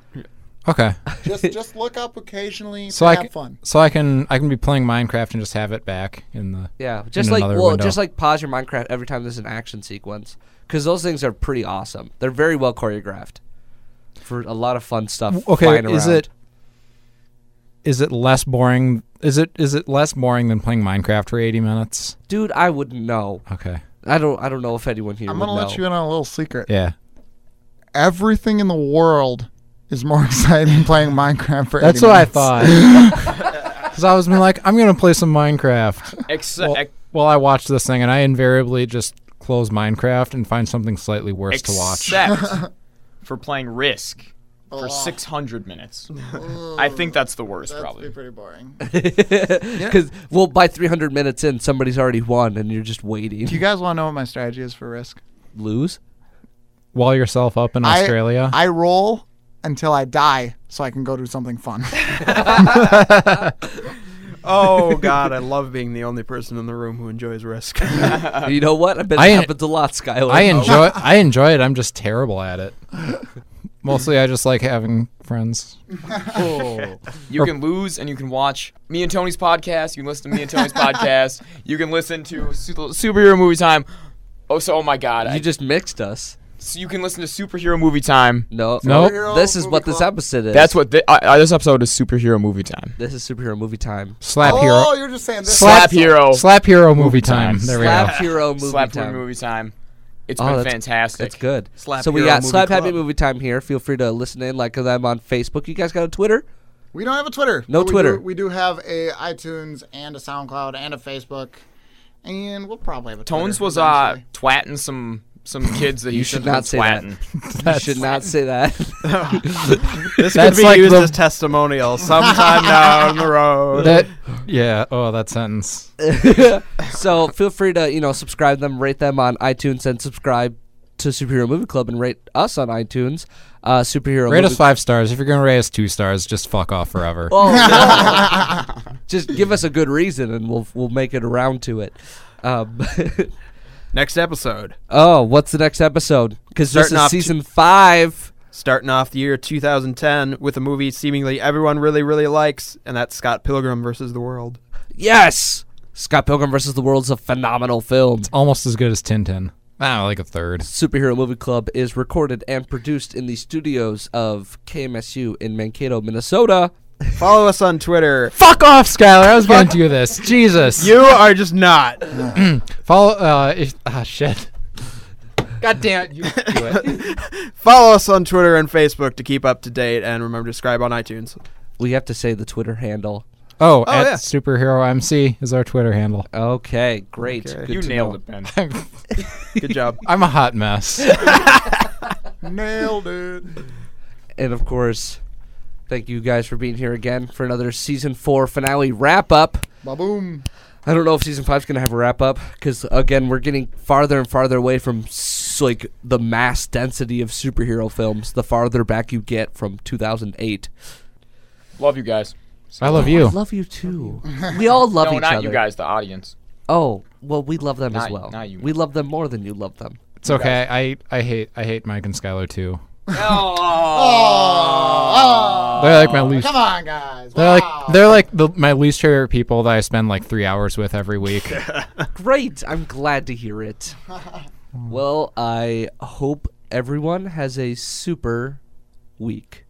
Speaker 3: Okay.
Speaker 4: Just just look up occasionally
Speaker 3: So
Speaker 4: to
Speaker 3: I
Speaker 4: have
Speaker 3: c-
Speaker 4: fun.
Speaker 3: So I can I can be playing Minecraft and just have it back in the
Speaker 1: Yeah. Just
Speaker 3: In
Speaker 1: like
Speaker 3: another
Speaker 1: well,
Speaker 3: window.
Speaker 1: just like pause your Minecraft every time there's an action sequence, because those things are pretty awesome. They're very well choreographed for a lot of fun stuff.
Speaker 3: okay
Speaker 1: flying
Speaker 3: is
Speaker 1: around.
Speaker 3: it is it less boring is it is it less boring than playing minecraft for 80 minutes
Speaker 1: dude? I wouldn't know.
Speaker 3: okay
Speaker 1: I don't. I don't know if anyone here.
Speaker 4: I'm
Speaker 1: would
Speaker 4: gonna let
Speaker 1: know.
Speaker 4: you in on a little secret.
Speaker 3: yeah
Speaker 4: Everything in the world is more [laughs] exciting than playing Minecraft for
Speaker 3: that's
Speaker 4: 80
Speaker 3: what i
Speaker 4: minutes.
Speaker 3: thought
Speaker 4: [laughs]
Speaker 3: because i was been like i'm gonna play some minecraft
Speaker 5: Except
Speaker 3: well, well, i watched this thing and i invariably just close minecraft and find something slightly worse to
Speaker 1: [laughs]
Speaker 3: watch
Speaker 5: except for playing Risk for
Speaker 4: Oh.
Speaker 5: 600 minutes. I think that's the worst,
Speaker 4: That'd
Speaker 5: probably.
Speaker 4: be pretty boring.
Speaker 1: [laughs] Because well, by 300 minutes in, somebody's already won, and you're just waiting.
Speaker 4: Do you guys want to know what my strategy is for risk?
Speaker 1: lose.
Speaker 3: wall yourself up in
Speaker 4: I-
Speaker 3: australia
Speaker 4: I roll until I die so I can go do something fun.
Speaker 1: [laughs]
Speaker 2: Oh God, I love being the only person in the room who enjoys
Speaker 1: [laughs]
Speaker 2: Risk. [laughs]
Speaker 1: you know what? I bet
Speaker 3: I-
Speaker 1: it happens a lot, Skylar. [laughs]
Speaker 3: I enjoy I enjoy it. I'm just terrible at it. Mostly, I just like having friends.
Speaker 5: You can lose and you can watch me and Tony's podcast. You can listen to me and
Speaker 1: [laughs]
Speaker 5: Tony's podcast. You can listen to su- superhero movie time. Oh, so oh my God! I,
Speaker 1: You just mixed us.
Speaker 5: so you can listen to superhero movie time.
Speaker 1: No,
Speaker 3: Nope.
Speaker 1: This is
Speaker 4: Superhero
Speaker 1: what
Speaker 4: movie
Speaker 1: this
Speaker 4: club.
Speaker 1: episode is.
Speaker 5: That's what thi- I, I- this episode is superhero movie time.
Speaker 1: This is superhero movie time.
Speaker 3: Slap
Speaker 4: Oh,
Speaker 3: hero,
Speaker 4: you're just saying this.
Speaker 5: Slap hero,
Speaker 3: slap hero movie time.
Speaker 5: time.
Speaker 3: There we
Speaker 1: Slap
Speaker 3: go.
Speaker 1: hero movie
Speaker 5: slap hero
Speaker 1: time.
Speaker 5: movie time. It's
Speaker 1: Oh,
Speaker 5: been
Speaker 1: that's-
Speaker 5: fantastic.
Speaker 1: That's good.
Speaker 2: Slap
Speaker 1: so we
Speaker 2: Hero
Speaker 1: got
Speaker 2: Movie
Speaker 1: Slap Happy
Speaker 2: Club.
Speaker 1: Movie Time here. Feel free to listen in like I'm on Facebook. You guys got a
Speaker 3: [laughs]
Speaker 1: Twitter?
Speaker 4: [laughs] We don't have a Twitter.
Speaker 1: No
Speaker 4: but we
Speaker 1: Twitter.
Speaker 4: do- We do, have a iTunes and a SoundCloud and a Facebook, and we'll probably have a Twitter
Speaker 5: Tones was uh
Speaker 4: eventually.
Speaker 5: twatting some some
Speaker 1: [laughs]
Speaker 5: kids that he
Speaker 1: You
Speaker 5: shouldn't
Speaker 1: should
Speaker 5: have
Speaker 1: not say
Speaker 5: been
Speaker 1: that.
Speaker 5: twatting.
Speaker 1: You should not say that.
Speaker 3: [laughs]
Speaker 2: this could
Speaker 3: That's
Speaker 2: be
Speaker 3: like
Speaker 2: used
Speaker 3: the-
Speaker 2: as testimonial sometime down
Speaker 1: [laughs]
Speaker 2: the road.
Speaker 3: That [gasps] yeah. Oh, that sentence.
Speaker 1: so feel free to you know subscribe them, rate them on iTunes, and subscribe to Superhero Movie Club and rate us on iTunes. Uh, superhero
Speaker 3: Rate
Speaker 1: movie.
Speaker 3: us five stars. If you're gonna rate us two stars, just fuck off forever.
Speaker 1: Oh, no. just give us a good reason, and we'll we'll make it around to it. Um, [laughs]
Speaker 2: Next episode,
Speaker 1: oh, what's the next episode? Because this
Speaker 2: Starting
Speaker 1: is
Speaker 2: off t-
Speaker 1: season five.
Speaker 2: starting off the year 2010 with a movie seemingly everyone really really likes, and that's Scott Pilgrim versus the World.
Speaker 1: Yes, Scott Pilgrim versus the World's a phenomenal film.
Speaker 3: Almost as good as Tintin. Ah, like a third.
Speaker 1: Superhero Movie Club is recorded and produced in the studios of KMSU in Mankato, Minnesota.
Speaker 2: Follow us on Twitter.
Speaker 3: Fuck off, Skylar. I was gonna do [laughs] this. Jesus.
Speaker 2: You are just not.
Speaker 3: follow. Uh, if, ah, shit. God damn it. You do it.
Speaker 2: Follow us on Twitter and Facebook to keep up to date, and remember to subscribe on iTunes.
Speaker 1: We have to say the Twitter handle.
Speaker 3: [laughs] Oh, at
Speaker 2: yeah.
Speaker 3: superhero MC is our Twitter handle. [laughs]
Speaker 1: Okay, great.
Speaker 2: Okay.
Speaker 1: Good
Speaker 5: You
Speaker 1: to
Speaker 5: nailed
Speaker 1: know.
Speaker 5: it, Ben.
Speaker 2: Good job.
Speaker 3: I'm a hot [laughs] mess.
Speaker 4: nailed it.
Speaker 1: And of course, thank you guys for being here again for another season four finale wrap up.
Speaker 5: uh,
Speaker 4: Ba-boom.
Speaker 1: I don't know if season five's gonna have a wrap up because again, we're getting farther and farther away from s- like the mass density of superhero films. The farther back you get from 2008,
Speaker 5: Love you guys.
Speaker 3: I love
Speaker 1: I
Speaker 3: you.
Speaker 1: love you too. we all love
Speaker 5: no,
Speaker 1: each
Speaker 5: not
Speaker 1: other.
Speaker 5: you guys. The audience.
Speaker 1: Oh, well, we love them as
Speaker 5: Not-
Speaker 1: well.
Speaker 5: not you.
Speaker 1: We love them more than you love them.
Speaker 3: It's okay. I, I hate I hate Mike and Skylar too. They're like my least.
Speaker 4: Come on, guys.
Speaker 3: They're like
Speaker 4: Wow.
Speaker 3: they're like the, my least favorite people that I spend like three hours with every week.
Speaker 1: Great. I'm glad to hear
Speaker 5: [laughs]
Speaker 1: it. well, I hope everyone has a super week.